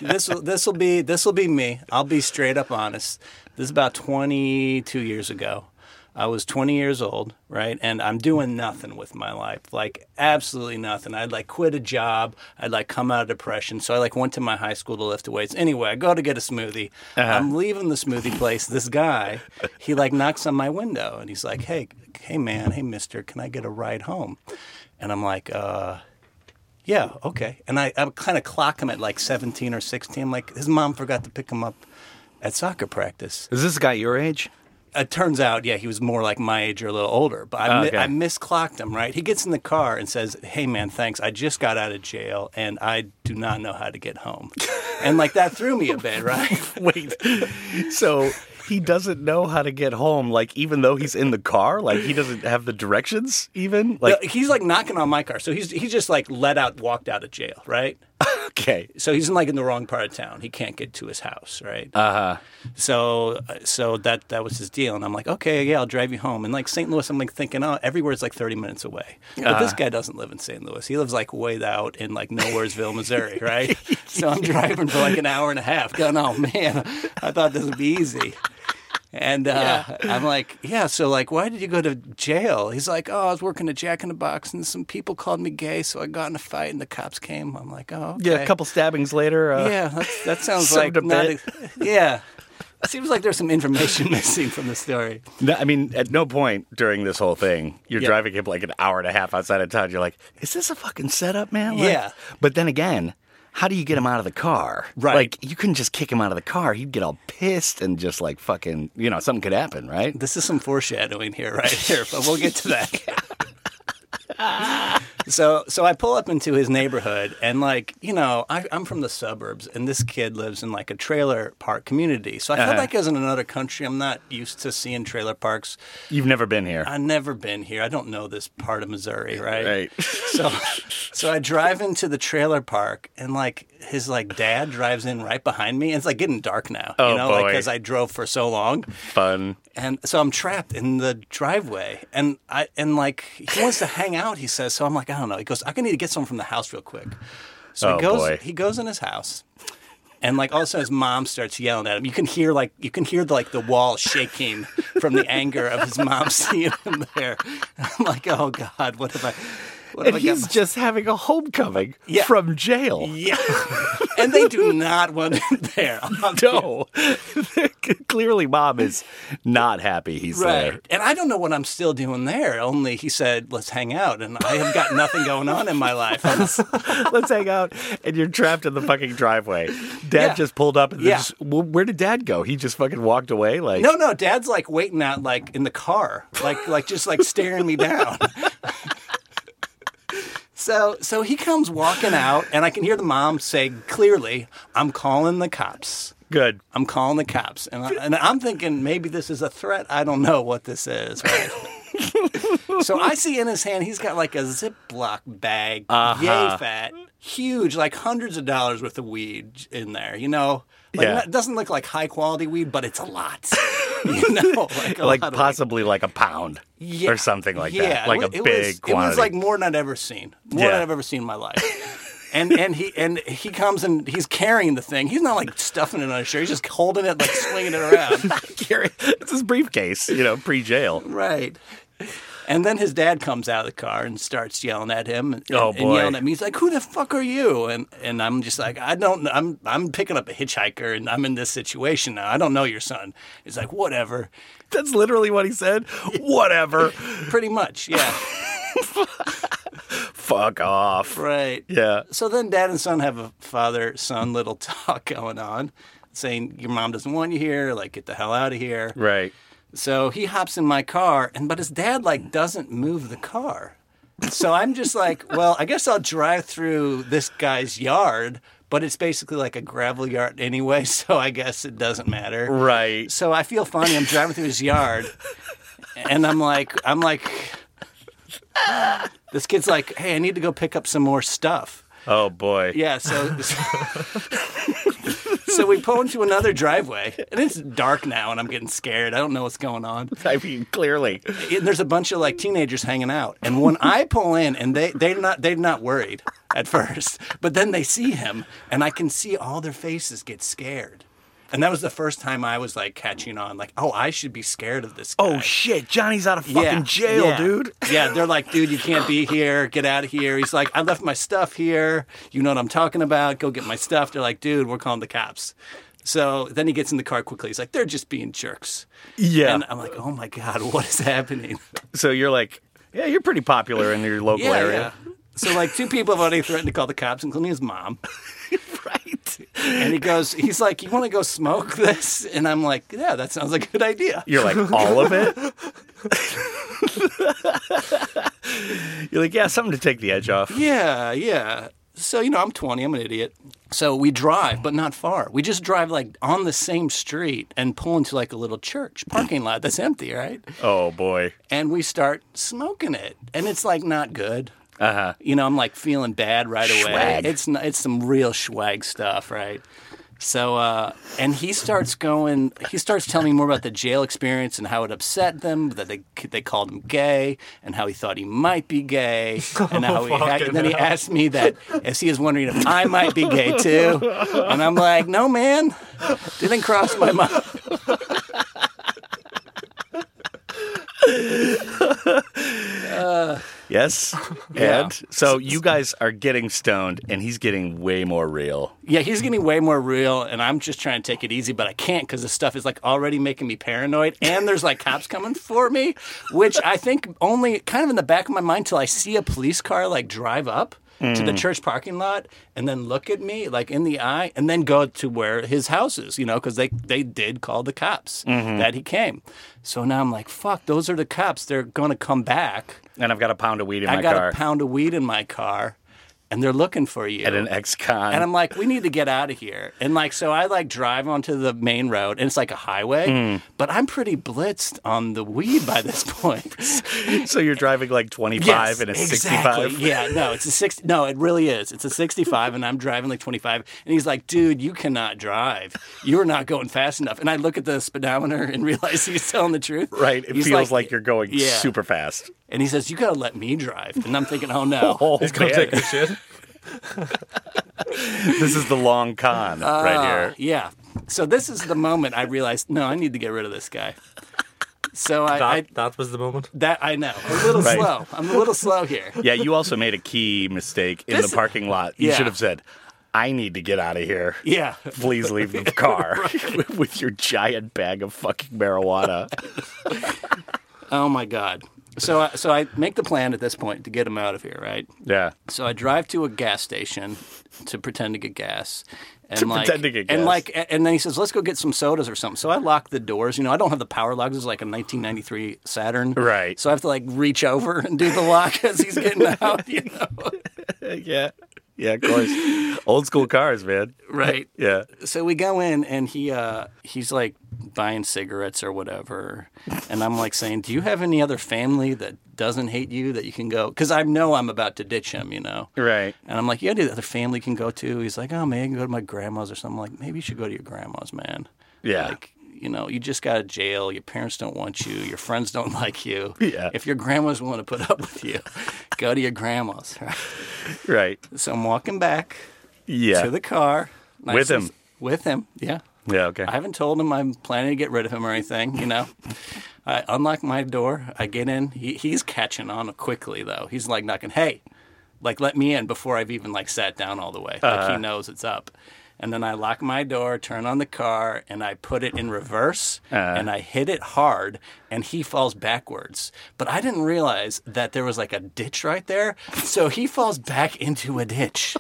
Speaker 8: this will this will be this will be me. I'll be straight up honest. This is about 22 years ago. I was 20 years old, right? And I'm doing nothing with my life, like absolutely nothing. I'd like quit a job. I'd like come out of depression. So I like went to my high school to lift weights. Anyway, I go to get a smoothie. I'm leaving the smoothie place. This guy, he like knocks on my window and he's like, "Hey, hey man, hey mister, can I get a ride home?" And I'm like, "Uh, yeah, okay. And I, I kind of clock him at like 17 or 16. I'm like, his mom forgot to pick him up at soccer practice.
Speaker 5: Is this a guy your age?
Speaker 8: It turns out, yeah, he was more like my age or a little older, but I,
Speaker 5: Oh,
Speaker 8: mi-
Speaker 5: okay.
Speaker 8: I misclocked him, right? He gets in the car and says, Hey, man, thanks. I just got out of jail and I do not know how to get home. and like that threw me a bit, right?
Speaker 5: Wait. So he doesn't know how to get home, like, even though he's in the car? Like, he doesn't have the directions, even? Like,
Speaker 8: No, he's like knocking on my car. So he's, he's just like let out, walked out of jail, right?
Speaker 5: okay.
Speaker 8: so he's in like in the wrong part of town. He can't get to his house, right? Uh huh.
Speaker 5: Uh-huh.
Speaker 8: So uh, so that that was his deal, and I'm like, okay, yeah, I'll drive you home. And like St. Louis, I'm like thinking, oh, everywhere's like 30 minutes away. But
Speaker 5: Uh-huh.
Speaker 8: this guy doesn't live in St. Louis. He lives like way out in like Nowheresville, Missouri, right? so I'm driving for like an hour and a half, going, oh man, I thought this would be easy. And uh, I'm like, yeah. So like, why did you go to jail? He's like, oh, I was working at Jack in the Box, and some people called me gay, so I got in a fight, and the cops came. I'm like, oh,
Speaker 5: Yeah,
Speaker 8: okay.
Speaker 5: a couple stabbings later. Uh,
Speaker 8: Yeah, that's, that sounds
Speaker 5: Summed
Speaker 8: like
Speaker 5: up
Speaker 8: not.
Speaker 5: it.
Speaker 8: ex- yeah, seems like there's some information missing from the story.
Speaker 5: No, I mean, at no point during this whole thing, you're
Speaker 8: Yeah.
Speaker 5: driving him like an hour and a half outside of town. You're like, is this a fucking setup, man? Like-
Speaker 8: Yeah.
Speaker 5: But then again, how do you get him out of the car?
Speaker 8: Right.
Speaker 5: Like, you couldn't just kick him out of the car. He'd get all pissed and just like fucking, you know, something could happen, right?
Speaker 8: This is some foreshadowing here, right here, but we'll get to that. so, so I pull up into his neighborhood, and like you know, I, I'm from the suburbs, and this kid lives in like a trailer park community. So I
Speaker 5: Uh-huh.
Speaker 8: feel like I was in another country. I'm not used to seeing trailer parks.
Speaker 5: You've never been here.
Speaker 8: I've never been here. I don't know this part of Missouri, right?
Speaker 5: Right.
Speaker 8: So, so I drive into the trailer park, and like his like dad drives in right behind me, and it's like getting dark now,
Speaker 5: Oh,
Speaker 8: you know, like
Speaker 5: boy.
Speaker 8: because I drove for so long,
Speaker 5: Fun.
Speaker 8: and so I'm trapped in the driveway, and I and like he wants to hang out, he says. So I'm like, I don't know. He goes, I can need to get someone from the house real quick. So
Speaker 5: Oh,
Speaker 8: he goes,
Speaker 5: boy.
Speaker 8: he goes in his house. And like all of a sudden, his mom starts yelling at him. You can hear like you can hear like the wall shaking from the anger of his mom seeing him there. I'm like, oh god, what have I? What have
Speaker 5: And
Speaker 8: I got
Speaker 5: he's just having a homecoming
Speaker 8: Yeah.
Speaker 5: from jail.
Speaker 8: Yeah. and they do not want him there.
Speaker 5: No. Clearly, mom is not happy he's there.
Speaker 8: And I don't know what I'm still doing there. Only he said, let's hang out. And I have got nothing going on in my life.
Speaker 5: Let's hang out. And you're trapped in the fucking driveway. Dad
Speaker 8: Yeah.
Speaker 5: just pulled up and then
Speaker 8: Yeah.
Speaker 5: just, well, where did dad go? He just fucking walked away. Like,
Speaker 8: no, no, dad's like waiting out like in the car, like like just like staring me down. So, so he comes walking out, and I can hear the mom say clearly, "I'm calling the cops."
Speaker 5: good.
Speaker 8: I'm calling the cops, and, I, and I'm thinking maybe this is a threat. I don't know what this is. right? so I see in his hand he's got like a Ziploc bag,
Speaker 5: Uh-huh.
Speaker 8: yay fat, huge, like hundreds of dollars worth of weed in there. You know, like
Speaker 5: Yeah.
Speaker 8: not- it doesn't look like high quality weed, but it's a lot. you know, like a
Speaker 5: like
Speaker 8: lot of
Speaker 5: possibly like a pound
Speaker 8: Yeah.
Speaker 5: or something like
Speaker 8: yeah,
Speaker 5: that. Like
Speaker 8: it
Speaker 5: a
Speaker 8: wa- it
Speaker 5: big
Speaker 8: was,
Speaker 5: quantity.
Speaker 8: It was like more than I'd ever seen. More
Speaker 5: Yeah.
Speaker 8: than I've ever seen in my life. and and he and he comes and he's carrying the thing. He's not like stuffing it on his shirt. He's just holding it, like swinging it around.
Speaker 5: Carry- it's his briefcase, you know, pre-jail.
Speaker 8: right. And then his dad comes out of the car and starts yelling at him and,
Speaker 5: Oh,
Speaker 8: and
Speaker 5: boy.
Speaker 8: yelling at me. He's like, "Who the fuck are you?" And and I'm just like, "I don't. know. I'm I'm picking up a hitchhiker and I'm in this situation now. I don't know your son." He's like, "Whatever."
Speaker 5: That's literally what he said. Whatever.
Speaker 8: Pretty much, yeah.
Speaker 5: Fuck off.
Speaker 8: right.
Speaker 5: Yeah.
Speaker 8: So then dad and son have a father son little talk going on, saying, Your mom doesn't want you here, like, get the hell out of here.
Speaker 5: Right.
Speaker 8: So he hops in my car, and but his dad, like, doesn't move the car. So I'm just like, Well, I guess I'll drive through this guy's yard, but it's basically like a gravel yard anyway, so I guess it doesn't matter.
Speaker 5: Right.
Speaker 8: So I feel funny. I'm driving through his yard, and I'm like, I'm like, this kid's like, hey, I need to go pick up some more stuff.
Speaker 5: Oh boy.
Speaker 8: Yeah, so so we pull into another driveway, and it's dark now, and I'm getting scared. I don't know what's going on.
Speaker 5: I mean, clearly.
Speaker 8: And there's a bunch of like teenagers hanging out, and when I pull in, and they they're not they're not worried. at first, but then they see him, and I can see all their faces get scared. And that was the first time I was like catching on, like, oh, I should be scared of this. Guy.
Speaker 5: Oh shit, Johnny's out of fucking
Speaker 8: Yeah,
Speaker 5: jail,
Speaker 8: yeah.
Speaker 5: dude.
Speaker 8: Yeah, they're like, dude, you can't be here. Get out of here. He's like, I left my stuff here. You know what I'm talking about. Go get my stuff. They're like, dude, we're calling the cops. So then he gets in the car quickly. He's like, they're just being jerks.
Speaker 5: Yeah.
Speaker 8: And I'm like, oh my God, what is happening?
Speaker 5: so you're like, yeah, you're pretty popular in your local area.
Speaker 8: So like two people have already threatened to call the cops, including his mom.
Speaker 5: Right.
Speaker 8: And he goes, he's like, you want to go smoke this? And I'm like, yeah, that sounds like a good idea.
Speaker 5: You're like, all of it? you're like, yeah, something to take the edge off.
Speaker 8: Yeah, yeah. So, you know, I'm 20, I'm an idiot. So we drive, but not far. We just drive like on the same street and pull into like a little church parking lot that's empty, right?
Speaker 5: Oh boy.
Speaker 8: And we start smoking it. And it's like not good. Uh huh. You know, I'm like feeling bad right away.
Speaker 5: Schwag.
Speaker 8: It's n- it's some real swag stuff, right? So, uh, and he starts going, he starts telling me more about the jail experience and how it upset them, that they, they called him gay and how he thought he might be gay. And, how he had, and then he asked me that as he was wondering if I might be gay too. And I'm like, no, man, didn't cross my mind.
Speaker 5: Yes. And so you guys are getting stoned and he's getting way more real.
Speaker 8: Yeah, he's getting way more real, and I'm just trying to take it easy, but I can't because this stuff is like already making me paranoid, and there's like cops coming for me, which I think only kind of in the back of my mind till I see a police car like drive up to
Speaker 5: Mm.
Speaker 8: the church parking lot and then look at me like in the eye, and then go to where his house is, you know, because they they did call the cops
Speaker 5: Mm-hmm.
Speaker 8: that he came. So now I'm like, fuck, those are the cops. They're gonna come back.
Speaker 5: And I've got a pound of weed in
Speaker 8: I
Speaker 5: my
Speaker 8: got
Speaker 5: car
Speaker 8: a pound of weed in my car, and they're looking for you
Speaker 5: at an ex con.
Speaker 8: and I'm like, we need to get out of here. And like, so I like drive onto the main road, and it's like a highway,
Speaker 5: Hmm.
Speaker 8: but I'm pretty blitzed on the weed by this point.
Speaker 5: so you're driving like 25
Speaker 8: Yes,
Speaker 5: and a
Speaker 8: exactly.
Speaker 5: 65.
Speaker 8: Yeah, no, it's a sixty. No, it really is. It's a sixty-five, and I'm driving like twenty-five. And he's like, "Dude, you cannot drive. You're not going fast enough." And I look at the speedometer and realize he's telling the truth.
Speaker 5: Right. It
Speaker 8: He's
Speaker 5: feels like, you're going
Speaker 8: Yeah.
Speaker 5: super fast.
Speaker 8: And he says, "You got to let me drive." And I'm thinking, "Oh no."
Speaker 5: Oh,
Speaker 6: He's gonna
Speaker 5: man.
Speaker 6: take your shit.
Speaker 5: this is the long
Speaker 8: Uh,
Speaker 5: con right here.
Speaker 8: Yeah. So this is the moment I realized, no, I need to get rid of this guy. So I,
Speaker 6: That,
Speaker 8: I
Speaker 6: that was the moment.
Speaker 8: that I know. A little
Speaker 5: Right.
Speaker 8: slow. I'm a little slow here.
Speaker 5: Yeah, you also made a key mistake in
Speaker 8: This-
Speaker 5: the parking lot. You
Speaker 8: Yeah.
Speaker 5: should have said, I need to get out of here.
Speaker 8: Yeah.
Speaker 5: Please leave the car with your giant bag of fucking marijuana.
Speaker 8: Oh my god. So I, so I make the plan at this point to get him out of here, right?
Speaker 5: Yeah.
Speaker 8: So I drive to a gas station to pretend to get gas. And
Speaker 5: To
Speaker 8: like,
Speaker 5: pretend to get
Speaker 8: And
Speaker 5: gas.
Speaker 8: like, a- and then he says, "Let's go get some sodas or something." So I lock the doors. You know, I don't have the power locks. It's like a 1993 Saturn,
Speaker 5: Right.
Speaker 8: So I have to like reach over and do the lock as he's getting out. You know,
Speaker 5: Yeah. Yeah, of course. Old school cars, man.
Speaker 8: right?
Speaker 5: Yeah.
Speaker 8: so we go in and he uh he's like buying cigarettes or whatever and i'm like saying do you have any other family that doesn't hate you that you can go because i know i'm about to ditch him you know
Speaker 5: Right.
Speaker 8: and i'm like yeah the other family can go to he's like oh man you can go to my grandma's or something I'm like maybe you should go to your grandma's man
Speaker 5: Yeah.
Speaker 8: like you know you just got out of jail your parents don't want you your friends don't like you
Speaker 5: Yeah.
Speaker 8: if your grandma's willing to put up with you go to your grandma's
Speaker 5: Right.
Speaker 8: so i'm walking back
Speaker 5: Yeah.
Speaker 8: to the car
Speaker 5: With him.
Speaker 8: and s- with him yeah
Speaker 5: yeah, okay.
Speaker 8: I haven't told him I'm planning to get rid of him or anything, you know. I unlock my door. I get in. He, he's catching on quickly, though. He's like knocking, hey, like let me in before I've even like sat down all the way. Like he knows it's up. And then I lock my door, turn on the car, and I put it in reverse, and I hit it hard, and he falls backwards. But I didn't realize that there was like a ditch right there, so he falls back into a ditch.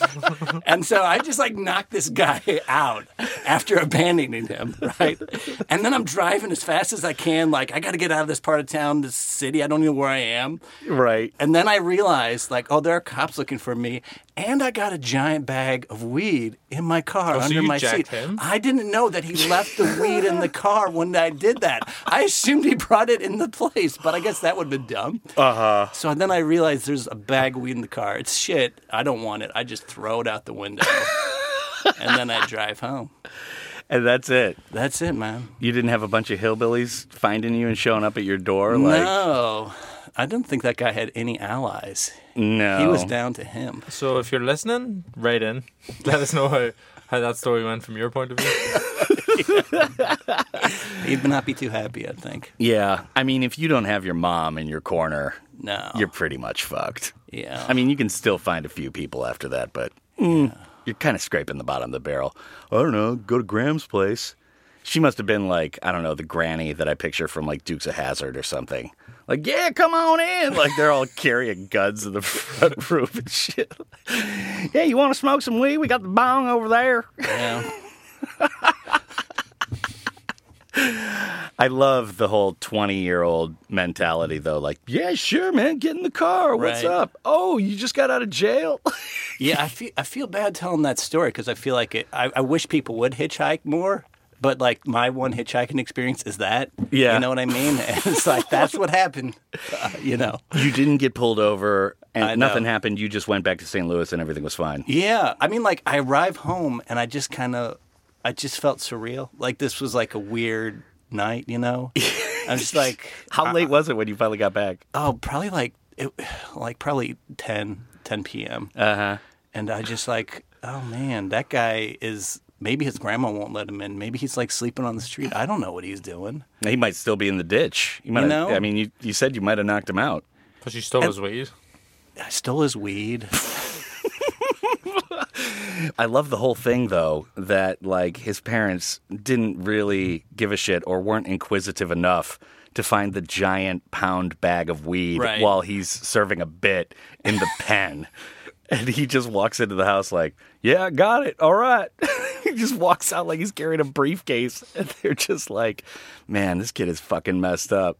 Speaker 8: And so I just like knocked this guy out after abandoning him, right? And then I'm driving as fast as I can, like, I got to get out of this part of town, this city. I don't know where I am.
Speaker 5: right.
Speaker 8: And then I realized, like, oh, there are cops looking for me. And I got a giant bag of weed in my car
Speaker 6: Oh, so
Speaker 8: under
Speaker 6: you
Speaker 8: my seat.
Speaker 6: jacked him?
Speaker 8: I didn't know that he left the weed in the car when I did that. I assumed he brought it in the place, but I guess that would have been dumb. Uh
Speaker 6: Uh-huh.
Speaker 8: huh. So then I realized there's a bag of weed in the car. It's shit. I don't want it. I just throw it out the window. and then I drive home.
Speaker 5: And that's it.
Speaker 8: That's it, man.
Speaker 5: You didn't have a bunch of hillbillies finding you and showing up at your door like
Speaker 8: no. I didn't think that guy had any allies.
Speaker 5: No.
Speaker 8: He was down to him.
Speaker 6: So if you're listening, write in. Let us know how, how that story went from your point of view.
Speaker 8: He'd not be too happy, I think.
Speaker 5: Yeah. I mean, if you don't have your mom in your corner,
Speaker 8: No.
Speaker 5: you're pretty much fucked.
Speaker 8: Oh. yeah.
Speaker 5: I mean, you can still find a few people after that, but mm, you're kind of scraping the bottom of the barrel. I don't know. Go to Graham's place. She must have been like, I don't know, the granny that I picture from like Dukes of Hazard or something. Like, yeah, come on in. Like they're all carrying guns in the front room and shit. yeah, you want to smoke some weed? We got the bong over there.
Speaker 8: yeah.
Speaker 5: I love the whole 20 year old mentality, though. Like, yeah, sure, man, get in the car. What's
Speaker 8: Right.
Speaker 5: up? Oh, you just got out of jail?
Speaker 8: Yeah, I feel I feel bad telling that story because I feel like it, I, I wish people would hitchhike more. But like my one hitchhiking experience is that.
Speaker 5: Yeah.
Speaker 8: you know what I mean. And it's like that's what happened. Uh, you know.
Speaker 5: you didn't get pulled over and
Speaker 8: I know.
Speaker 5: nothing happened. You just went back to St. Louis and everything was fine.
Speaker 8: Yeah, I mean, like I arrive home and I just kind of, I just felt surreal. Like this was like a weird night, you know. I'm just like,
Speaker 5: How late was it when you finally got back?
Speaker 8: oh, probably like, it, like probably 10, 10 p.m.
Speaker 5: Uh huh.
Speaker 8: And I just like, oh man, that guy is. Maybe his grandma won't let him in. Maybe he's like sleeping on the street. I don't know what he's doing.
Speaker 5: He might still be in the ditch. You might.
Speaker 8: You
Speaker 5: have-
Speaker 8: know?
Speaker 5: I mean, you, you said you might have knocked him out.
Speaker 6: Because you stole his weed.
Speaker 8: I stole his weed.
Speaker 5: I love the whole thing though that like his parents didn't really give a shit or weren't inquisitive enough to find the giant pound bag of weed
Speaker 8: Right.
Speaker 5: while he's serving a bit in the pen. And he just walks into the house like, "Yeah, I got it. All right." he just walks out like he's carrying a briefcase and they're just like, "Man, this kid is fucking messed up."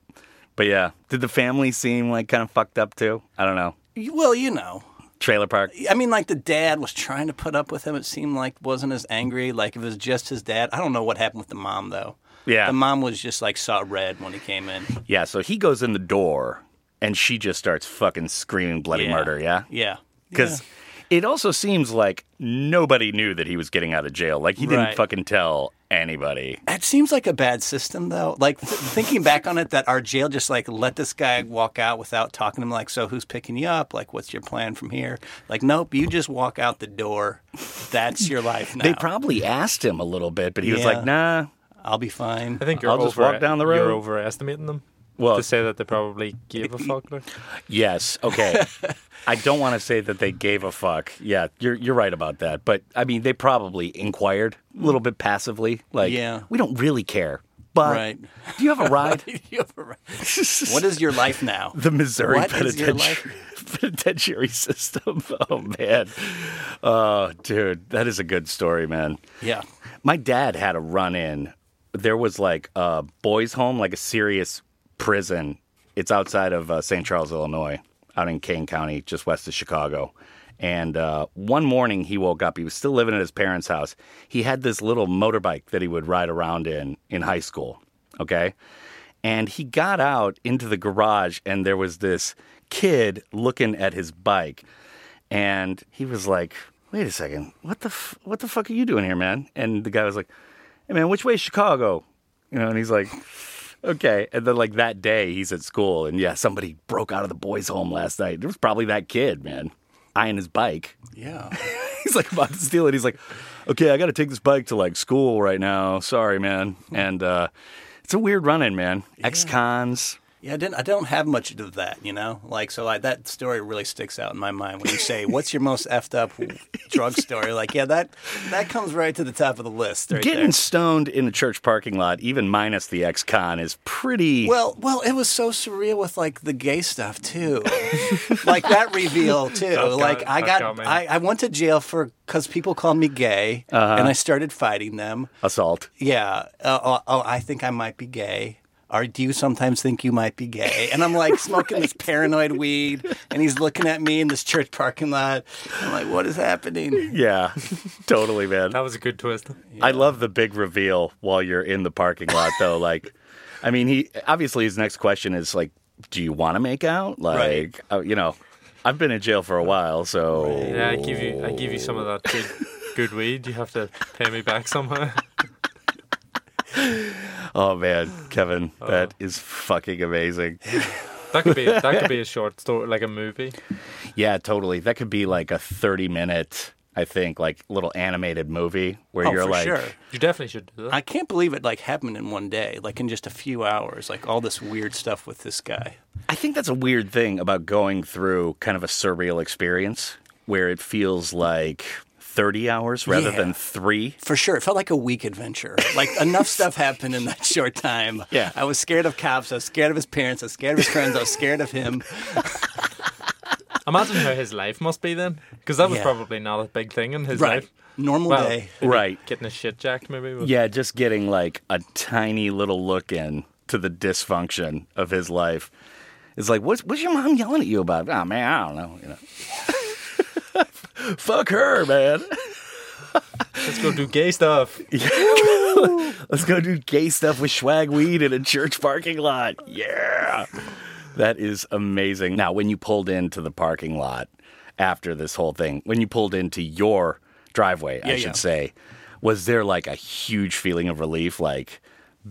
Speaker 5: But yeah, did the family seem like kind of fucked up too? I don't know.
Speaker 8: Well, you know.
Speaker 5: Trailer park.
Speaker 8: I mean, like the dad was trying to put up with him. It seemed like wasn't as angry. Like if it was just his dad. I don't know what happened with the mom though.
Speaker 5: Yeah.
Speaker 8: the mom was just like saw red when he came in.
Speaker 5: Yeah, so he goes in the door and she just starts fucking screaming bloody murder, yeah?
Speaker 8: yeah.
Speaker 5: Because it also seems like nobody knew that he was getting out of jail. Like he didn't
Speaker 8: Right.
Speaker 5: fucking tell anybody.
Speaker 8: That seems like a bad system, though. Like th- thinking back on it, that our jail just like let this guy walk out without talking to him. Like, so who's picking you up? Like, what's your plan from here? Like, nope, you just walk out the door. That's your life now.
Speaker 5: They probably asked him a little bit, but he was
Speaker 8: Yeah.
Speaker 5: like, nah.
Speaker 8: I'll be fine.
Speaker 6: I think you're
Speaker 5: I'll
Speaker 6: over,
Speaker 5: just walk down the road.
Speaker 6: You're overestimating them.
Speaker 5: Well-
Speaker 6: to say that they probably gave a fuck. like.
Speaker 5: Yes, okay. I don't want to say that they gave a fuck. Yeah, you're, you're right about that. But I mean, they probably inquired a little bit passively. Like,
Speaker 8: Yeah.
Speaker 5: we don't really care. But
Speaker 8: Right.
Speaker 5: do you have a ride?
Speaker 8: You're right. what is your life now?
Speaker 5: the Missouri
Speaker 8: What is your
Speaker 5: penitentiary, penitentiary system. Oh man, oh dude, that is a good story, man.
Speaker 8: Yeah.
Speaker 5: My dad had a run in. There was like a boys' home, like a serious prison. It's outside of uh, St. Charles, Illinois, out in Kane County, just west of Chicago. And uh, one morning he woke up. He was still living at his parents' house. He had this little motorbike that he would ride around in in high school. Okay. And he got out into the garage, and there was this kid looking at his bike and he was like, "Wait a second, what the f- what the fuck are you doing here, man?" And the guy was like, "Hey, man, which way is Chicago?" You know, and he's like, "Okay." And then like that day, he's at school, and yeah, somebody broke out of the boys' home last night. It was probably that kid, man, eyeing his bike.
Speaker 8: Yeah.
Speaker 5: He's like about to steal it. He's like, "Okay, I got to take this bike to like school right now. Sorry, man." And uh, it's a weird run-in, man. Ex-cons.
Speaker 8: Yeah, I didn't. I don't have much of that, you know. Like, so like that story really sticks out in my mind when you say, "What's your most effed up drug story?" Like, yeah, that that comes right to the top of the list. Right
Speaker 5: Getting
Speaker 8: there.
Speaker 5: stoned in a church parking lot, even minus the ex-con, is pretty.
Speaker 8: Well, well, it was so surreal with like the gay stuff too, like that reveal too.
Speaker 6: got-
Speaker 8: like I
Speaker 6: that's got
Speaker 8: got,
Speaker 6: me.
Speaker 8: I, I went to jail for because people called me gay,
Speaker 5: Uh-huh.
Speaker 8: and I started fighting them.
Speaker 5: assault.
Speaker 8: Yeah, uh, oh, oh, I think I might be gay. Or do you sometimes think you might be gay? And I'm like smoking this paranoid weed, and he's looking at me in this church parking lot. I'm like, what is happening?
Speaker 5: Yeah, totally, man.
Speaker 6: That was a good twist.
Speaker 5: I love the big reveal while you're in the parking lot, though. Like, I mean, he obviously his next question is like, "Do you want to make out?" Like,
Speaker 8: Right.
Speaker 5: uh, you know, I've been in jail for a while, so
Speaker 6: Yeah, I give you, I give you some of that good, good weed. You have to pay me back somehow.
Speaker 8: Oh.
Speaker 5: oh man, Kevin, that is fucking amazing.
Speaker 6: That could be that could be a short story, like a movie.
Speaker 5: Yeah, totally. That could be like a 30 minute, I think, like little animated movie where
Speaker 8: Oh,
Speaker 5: you're
Speaker 8: for
Speaker 5: like,
Speaker 8: sure.
Speaker 6: You definitely should do that.
Speaker 8: I can't believe it like happened in one day, like in just a few hours, like all this weird stuff with this guy.
Speaker 5: I think that's a weird thing about going through kind of a surreal experience where it feels like 30 hours rather
Speaker 8: Yeah.
Speaker 5: than three.
Speaker 8: For sure, it felt like a week adventure. Like enough stuff happened in that short time.
Speaker 5: Yeah.
Speaker 8: I was scared of cops. I was scared of his parents. I was scared of his friends. I was scared of him.
Speaker 6: Imagine how his life must be then, because that was
Speaker 8: Yeah.
Speaker 6: probably not a big thing in his
Speaker 8: Right.
Speaker 6: life.
Speaker 8: Normal
Speaker 6: Well,
Speaker 8: day.
Speaker 5: Right.
Speaker 6: Getting his shit jacked, maybe. Was,
Speaker 5: Yeah, just getting like a tiny little look in to the dysfunction of his life. It's like, what's, what's your mom yelling at you about? Oh, man, I don't know. You know. Fuck her, man.
Speaker 6: Let's go do gay stuff.
Speaker 5: Let's go do gay stuff with swag weed in a church parking lot. Yeah. That is amazing. Now, when you pulled into the parking lot after this whole thing, when you pulled into your driveway, I
Speaker 8: Yeah,
Speaker 5: should
Speaker 8: yeah.
Speaker 5: say, was there like a huge feeling of relief, like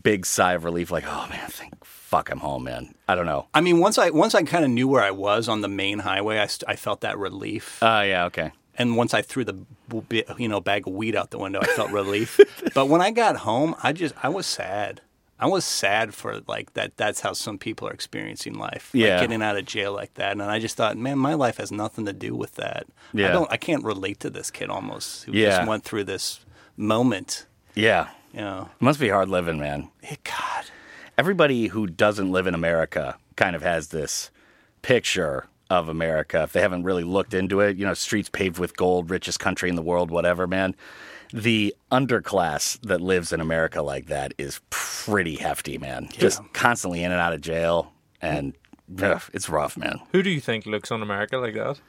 Speaker 5: big sigh of relief, like, oh man, thank fuck I'm home, man. I don't know.
Speaker 8: I mean, once I once I kind of knew where I was on the main highway, I, st- I felt that relief.
Speaker 5: Oh, yeah, okay.
Speaker 8: and once I threw the b- bit, you know bag of weed out the window, I felt relief. but when I got home, I just I was sad. I was sad for like that. That's how some people are experiencing life. like,
Speaker 5: Yeah.
Speaker 8: getting out of jail like that, and I just thought, man, my life has nothing to do with that.
Speaker 5: Yeah.
Speaker 8: I don't. I can't relate to this kid almost who
Speaker 5: Yeah.
Speaker 8: just went through this moment.
Speaker 5: Yeah.
Speaker 8: You know,
Speaker 5: Must be hard living, man.
Speaker 8: God.
Speaker 5: everybody who doesn't live in America kind of has this picture of America. If they haven't really looked into it, you know, streets paved with gold, richest country in the world, whatever, man. The underclass that lives in America like that is pretty hefty, man. Just constantly in and out of jail. And ugh, it's rough, man.
Speaker 6: Who do you think looks on America like that?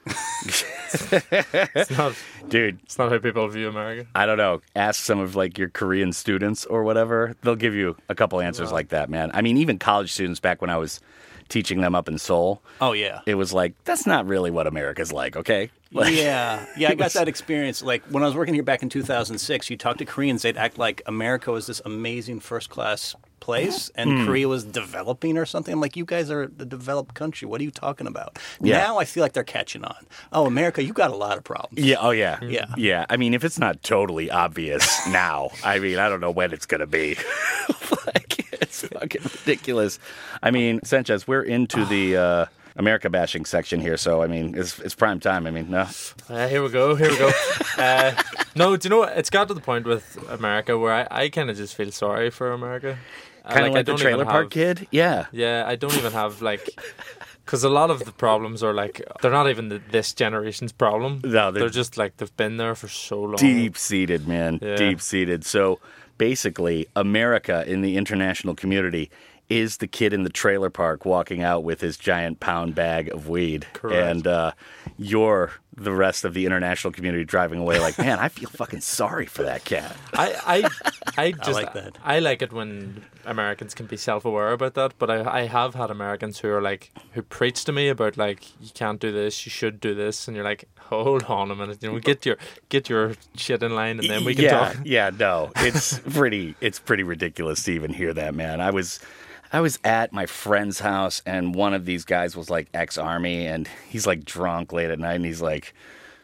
Speaker 6: it's not.
Speaker 5: Dude,
Speaker 6: It's not how people view America.
Speaker 5: I don't know. Ask some of like your Korean students or whatever. They'll give you a couple answers like that, man. I mean, even college students back when I was teaching them up in Seoul,
Speaker 8: Oh yeah.
Speaker 5: it was like that's not really what America's like, okay? Like,
Speaker 8: yeah, yeah, I got that experience. Like when I was working here back in 2006, you talk to Koreans, they'd act like America was this amazing first class place and Korea was developing or something. I'm like, you guys are a developed country. What are you talking about?
Speaker 5: Yeah.
Speaker 8: Now I feel like they're catching on. Oh, America, you got a lot of problems.
Speaker 5: Yeah, oh yeah.
Speaker 8: Yeah.
Speaker 5: Yeah. I mean, if it's not totally obvious now, I mean, I don't know when it's going to be. like it's fucking ridiculous. I mean, Sanchez, we're into the uh America bashing section here, so I mean, it's it's prime time. I mean, no.
Speaker 6: Uh, here we go. Here we go. Uh, no, do you know what? It's got to the point with America where I, I kind of just feel sorry for America. Uh,
Speaker 5: Kind of
Speaker 6: I
Speaker 5: like, the
Speaker 6: don't even
Speaker 5: trailer park
Speaker 6: have-
Speaker 5: kid. Yeah.
Speaker 6: Yeah, I don't even have like. Because a lot of the problems are like they're not even the, this generation's problem.
Speaker 5: No, they're-
Speaker 6: they're, just like they've been there for so long.
Speaker 5: deep seated, man.
Speaker 6: Yeah.
Speaker 5: Deep seated. So basically, America in the international community is the kid in the trailer park walking out with his giant pound bag of weed.
Speaker 6: Correct.
Speaker 5: And uh, you're the rest of the international community driving away like, man, I feel fucking sorry for that cat.
Speaker 6: I, I, I just
Speaker 8: like that.
Speaker 6: I like it when Americans can be self-aware about that. But I, I have had Americans who are like who preach to me about like you can't do this, you should do this, and you're like, hold on a minute, you know, get your get your shit in line, and then we can
Speaker 5: yeah,
Speaker 6: talk.
Speaker 5: Yeah, no, it's pretty. It's pretty ridiculous to even hear that, man. I was, I was at my friend's house, and one of these guys was like ex-army, and he's like drunk late at night, and he's like,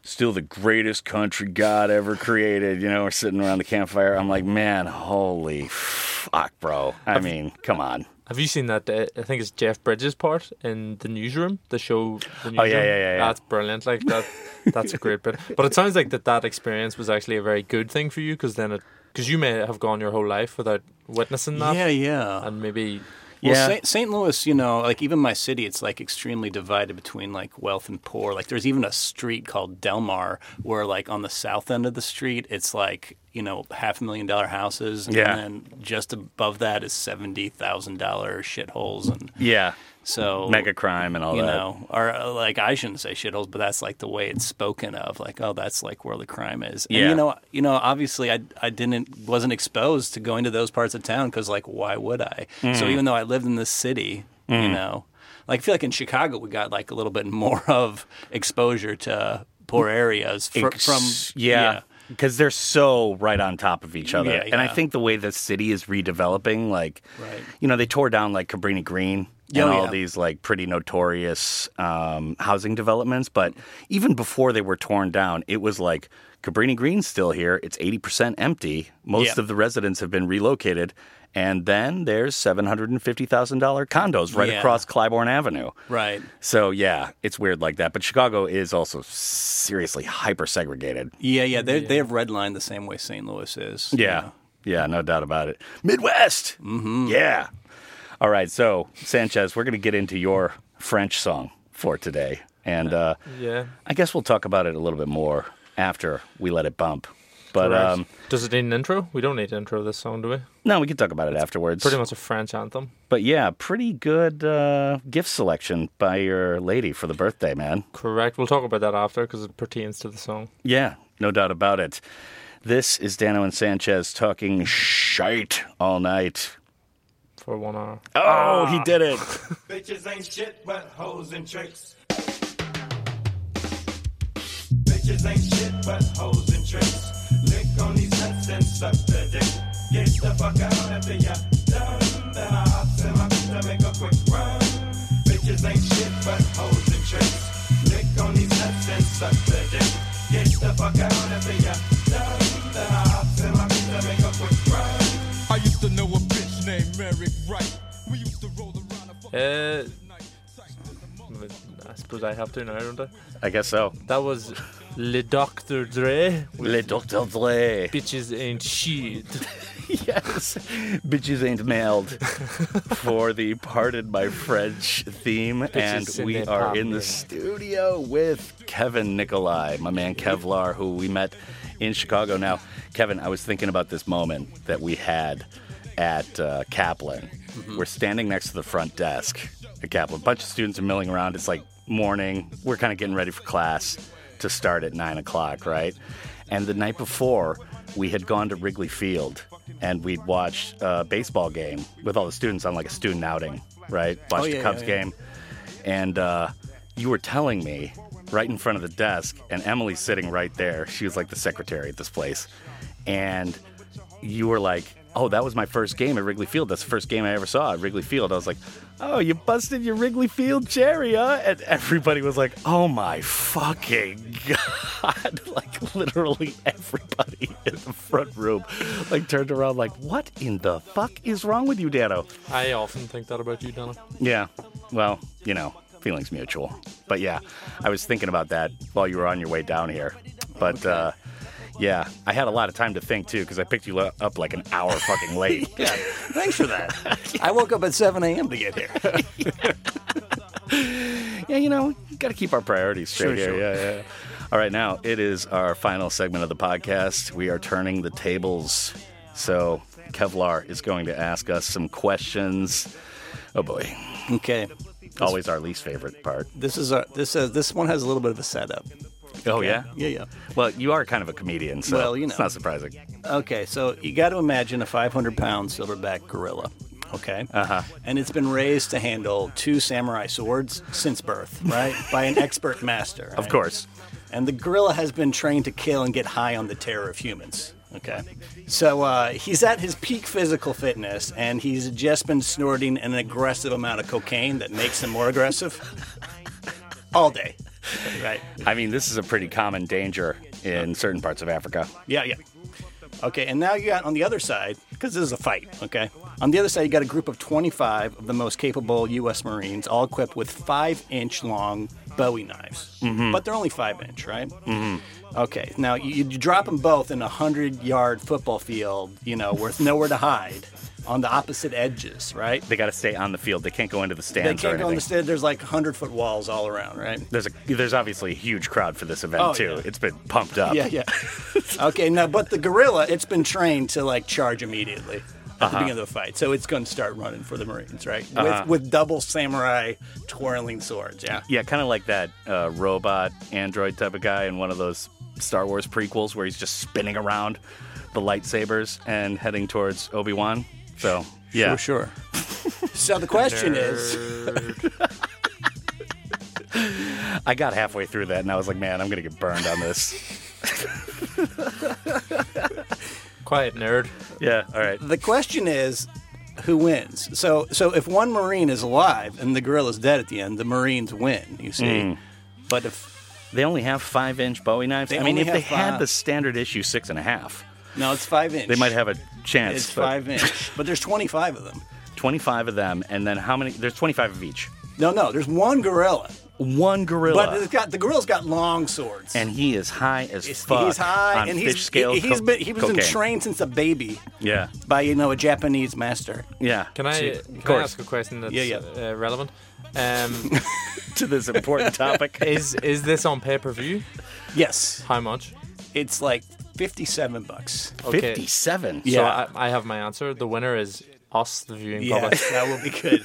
Speaker 5: "Still the greatest country God ever created." You know, we're sitting around the campfire. I'm like, man, holy fuck, bro. I mean, come on.
Speaker 6: Have you seen that? Uh, I think it's Jeff Bridges part in the newsroom, the show. The newsroom.
Speaker 5: Oh, yeah, yeah, yeah, yeah.
Speaker 6: That's brilliant. Like that, that's a great bit. But it sounds like that that experience was actually a very good thing for you, because then it, because you may have gone your whole life without witnessing that.
Speaker 8: Yeah, yeah.
Speaker 6: And maybe
Speaker 8: Well,
Speaker 5: Yeah.
Speaker 8: St. St. Louis, you know, like even my city, it's like extremely divided between like wealth and poor. Like there's even a street called Delmar where like on the south end of the street, it's like, you know, half a million dollar houses.
Speaker 5: Yeah.
Speaker 8: And then just above that is $70,000 shitholes. And
Speaker 5: Yeah,
Speaker 8: so,
Speaker 5: mega crime and all
Speaker 8: you
Speaker 5: that.
Speaker 8: know, or uh, like I shouldn't say shitholes, but that's like the way it's spoken of. Like, oh, that's like where the crime is. And
Speaker 5: Yeah.
Speaker 8: you know, you know, obviously, I I didn't wasn't exposed to going to those parts of town because like, why would I?
Speaker 5: Mm.
Speaker 8: So even though I lived in this city, you know, like I feel like in Chicago we got like a little bit more of exposure to poor areas fr-
Speaker 5: Ex-
Speaker 8: from
Speaker 5: yeah. because they're so right on top of each other.
Speaker 8: Yeah,
Speaker 5: And I
Speaker 8: yeah.
Speaker 5: think the way the city is redeveloping, like,
Speaker 8: Right.
Speaker 5: you know, they tore down like Cabrini Green and
Speaker 8: Oh,
Speaker 5: all
Speaker 8: yeah.
Speaker 5: these like pretty notorious um, housing developments. But even before they were torn down, it was like Cabrini Green's still here. It's 80% empty. Most
Speaker 8: Yeah.
Speaker 5: of the residents have been relocated. And then there's $750,000 condos right
Speaker 8: Yeah.
Speaker 5: across Clybourne Avenue.
Speaker 8: Right.
Speaker 5: So yeah, it's weird like that. But Chicago is also seriously hyper segregated.
Speaker 8: Yeah, yeah. They they have redlined the same way St. Louis is. you know.
Speaker 5: yeah, no doubt about it. Midwest. Mm-hmm. Yeah. All right, so Sanchez, we're going to get into your French song for today, and uh,
Speaker 6: Yeah.
Speaker 5: I guess we'll talk about it a little bit more after we let it bump. But
Speaker 6: Right.
Speaker 5: um,
Speaker 6: Does it need an intro? We don't need an intro to this song, do we?
Speaker 5: no, we can talk about it afterwards.
Speaker 6: Pretty much a French anthem.
Speaker 5: But yeah, pretty good uh, gift selection by your lady for the birthday, man.
Speaker 6: Correct. We'll talk about that after because it pertains to the song.
Speaker 5: Yeah, no doubt about it. This is Dano and Sanchez talking shite all night.
Speaker 6: for one hour.
Speaker 5: Oh, he did it.
Speaker 9: Bitches ain't shit but hoes and tricks. Bitches ain't shit but hoes and tricks. Lick on these nuts and suck the dick. Get the fuck out after ya done. Then I hops in my bitch to make a quick run. Bitches ain't shit but hoes and tricks. Lick on these nuts and suck the dick. Get the fuck out after ya done. Then I hops in my bitch to make a quick run.
Speaker 10: I used to know a bitch named Mary Wright. We used to roll around a fucking
Speaker 6: Uh,
Speaker 10: night. Sex was the most
Speaker 6: I suppose I have to now, don't I?
Speaker 5: I guess so.
Speaker 6: That was Le Dr. Dre with
Speaker 5: Le Dr. Dre.
Speaker 6: Bitches Ain't Shit.
Speaker 5: Yes. Bitches ain't mailed for the Pardon My French theme.
Speaker 6: Bitches
Speaker 5: and we
Speaker 6: ain't
Speaker 5: are in
Speaker 6: popular.
Speaker 5: the studio with Kevin Nikolai, my man Kevlar, who we met in Chicago. Now, Kevin, I was thinking about this moment that we had at uh, Kaplan.
Speaker 8: Mm-hmm.
Speaker 5: We're standing next to the front desk at Kaplan. A bunch of students are milling around. It's like morning. We're kind of getting ready for class to start at nine o'clock, right? And the night before, we had gone to Wrigley Field and we'd watched a baseball game with all the students on like a student outing, right? Watched
Speaker 8: yeah,
Speaker 5: the
Speaker 8: Oh, yeah,
Speaker 5: Cubs
Speaker 8: yeah.
Speaker 5: game and uh, you were telling me right in front of the desk, and Emily's sitting right there. She was like the secretary at this place, and you were like, "Oh, that was my first game at Wrigley Field. That's the first game I ever saw at Wrigley Field." I was like, "Oh, you busted your Wrigley Field cherry, huh?" And everybody was like, "Oh my fucking god!" like literally everybody in the front room, like turned around, like, "What in the fuck is wrong with you, Dano?"
Speaker 6: I often think that about you, Donna.
Speaker 5: Yeah. Well, you know, feelings mutual. But yeah, I was thinking about that while you were on your way down here. But uh, yeah, I had a lot of time to think too because I picked you lo- up like an hour fucking late.
Speaker 8: Yeah. Thanks for that. I woke up at 7 a.m. to get here.
Speaker 5: yeah, you know, got to keep our priorities straight
Speaker 8: Sure,
Speaker 5: here. Yeah, yeah. All right, now it is our final segment of the podcast. We are turning the tables. So Kevlar is going to ask us some questions. Oh boy,
Speaker 8: Okay.
Speaker 5: always our least favorite part.
Speaker 8: This is our, this says this one has a little bit of a setup.
Speaker 5: Oh yeah.
Speaker 8: Yeah, yeah.
Speaker 5: Well, you are kind of a comedian, so
Speaker 8: Well, you
Speaker 5: it's
Speaker 8: know.
Speaker 5: not surprising.
Speaker 8: Okay, so you got to imagine a 500 pound silverback gorilla. Okay. Uh
Speaker 5: Uh-huh.
Speaker 8: huh. And it's been raised to handle two samurai swords since birth, right? By an expert master.
Speaker 5: Of
Speaker 8: right?
Speaker 5: course.
Speaker 8: And the gorilla has been trained to kill and get high on the terror of humans. Okay. So uh, he's at his peak physical fitness and he's just been snorting an aggressive amount of cocaine that makes him more aggressive all day. Right.
Speaker 5: I mean, this is a pretty common danger in certain parts of Africa.
Speaker 8: Yeah, yeah. Okay, and now you got on the other side, because this is a fight, okay? On the other side, you got a group of 25 of the most capable U.S. Marines, all equipped with five inch long Bowie knives.
Speaker 5: Mm-hmm.
Speaker 8: But they're only five inch, right? Mm-hmm. Okay, now you, you drop them both in a 100 yard football field, you know, with nowhere to hide on the opposite edges, right?
Speaker 5: They got to stay on the field. They can't go into the
Speaker 8: They
Speaker 5: stands
Speaker 8: can't
Speaker 5: or
Speaker 8: go on the
Speaker 5: anything.
Speaker 8: stage. There's like 100 foot walls all around, right?
Speaker 5: there's a there's obviously a huge crowd for this event
Speaker 8: Oh,
Speaker 5: too.
Speaker 8: yeah.
Speaker 5: It's been pumped up.
Speaker 8: Yeah, yeah. okay, now, but the gorilla, it's been trained to like charge immediately at
Speaker 5: Uh-huh.
Speaker 8: the beginning of the fight, so it's going to start running for the Marines, right? With, with double samurai twirling swords, yeah.
Speaker 5: Yeah, kind of like that uh, robot android type of guy in one of those Star Wars prequels where he's just spinning around the lightsabers and heading towards Obi Wan. So yeah,
Speaker 8: sure. so the question is,
Speaker 5: I got halfway through that and I was like, man, I'm gonna get burned on this.
Speaker 6: Quiet nerd.
Speaker 5: Yeah, all right.
Speaker 8: The question is, who wins? So, so if one Marine is alive and the gorilla's dead at the end, the Marines win. You see,
Speaker 5: Mm.
Speaker 8: but if
Speaker 5: They only have five inch Bowie knives.
Speaker 8: They
Speaker 5: I mean,
Speaker 8: only
Speaker 5: if they
Speaker 8: have uh,
Speaker 5: had
Speaker 8: five.
Speaker 5: the standard issue six and a half,
Speaker 8: no, it's five inch.
Speaker 5: they might have a chance.
Speaker 8: It's
Speaker 5: but
Speaker 8: five inch, but there's 25 of them.
Speaker 5: 25 of them, and then how many? There's 25 of each.
Speaker 8: No, no, there's one gorilla,
Speaker 5: One gorilla.
Speaker 8: but it's got the gorilla's got long swords.
Speaker 5: and he is high as
Speaker 8: He's-
Speaker 5: fuck.
Speaker 8: he's high,
Speaker 5: on
Speaker 8: and
Speaker 5: fish
Speaker 8: he's
Speaker 5: scale.
Speaker 8: he, has
Speaker 5: co-
Speaker 8: been he was
Speaker 5: cocaine.
Speaker 8: been trained since a baby
Speaker 5: Yeah,
Speaker 8: by you know a Japanese master.
Speaker 5: yeah.
Speaker 6: Can I,
Speaker 5: To-
Speaker 6: can
Speaker 5: of
Speaker 6: I
Speaker 5: course,
Speaker 6: ask a question that's
Speaker 8: Yeah, yeah.
Speaker 6: Uh, relevant? Um,
Speaker 5: to this important topic.
Speaker 6: is is this on pay per view?
Speaker 8: Yes,
Speaker 6: How much?
Speaker 8: it's like 57 bucks.
Speaker 6: Okay.
Speaker 5: 57.
Speaker 6: So
Speaker 8: Yeah.
Speaker 6: I, I have my answer. The winner is us, the viewing
Speaker 8: Yeah,
Speaker 6: public.
Speaker 8: that will be good.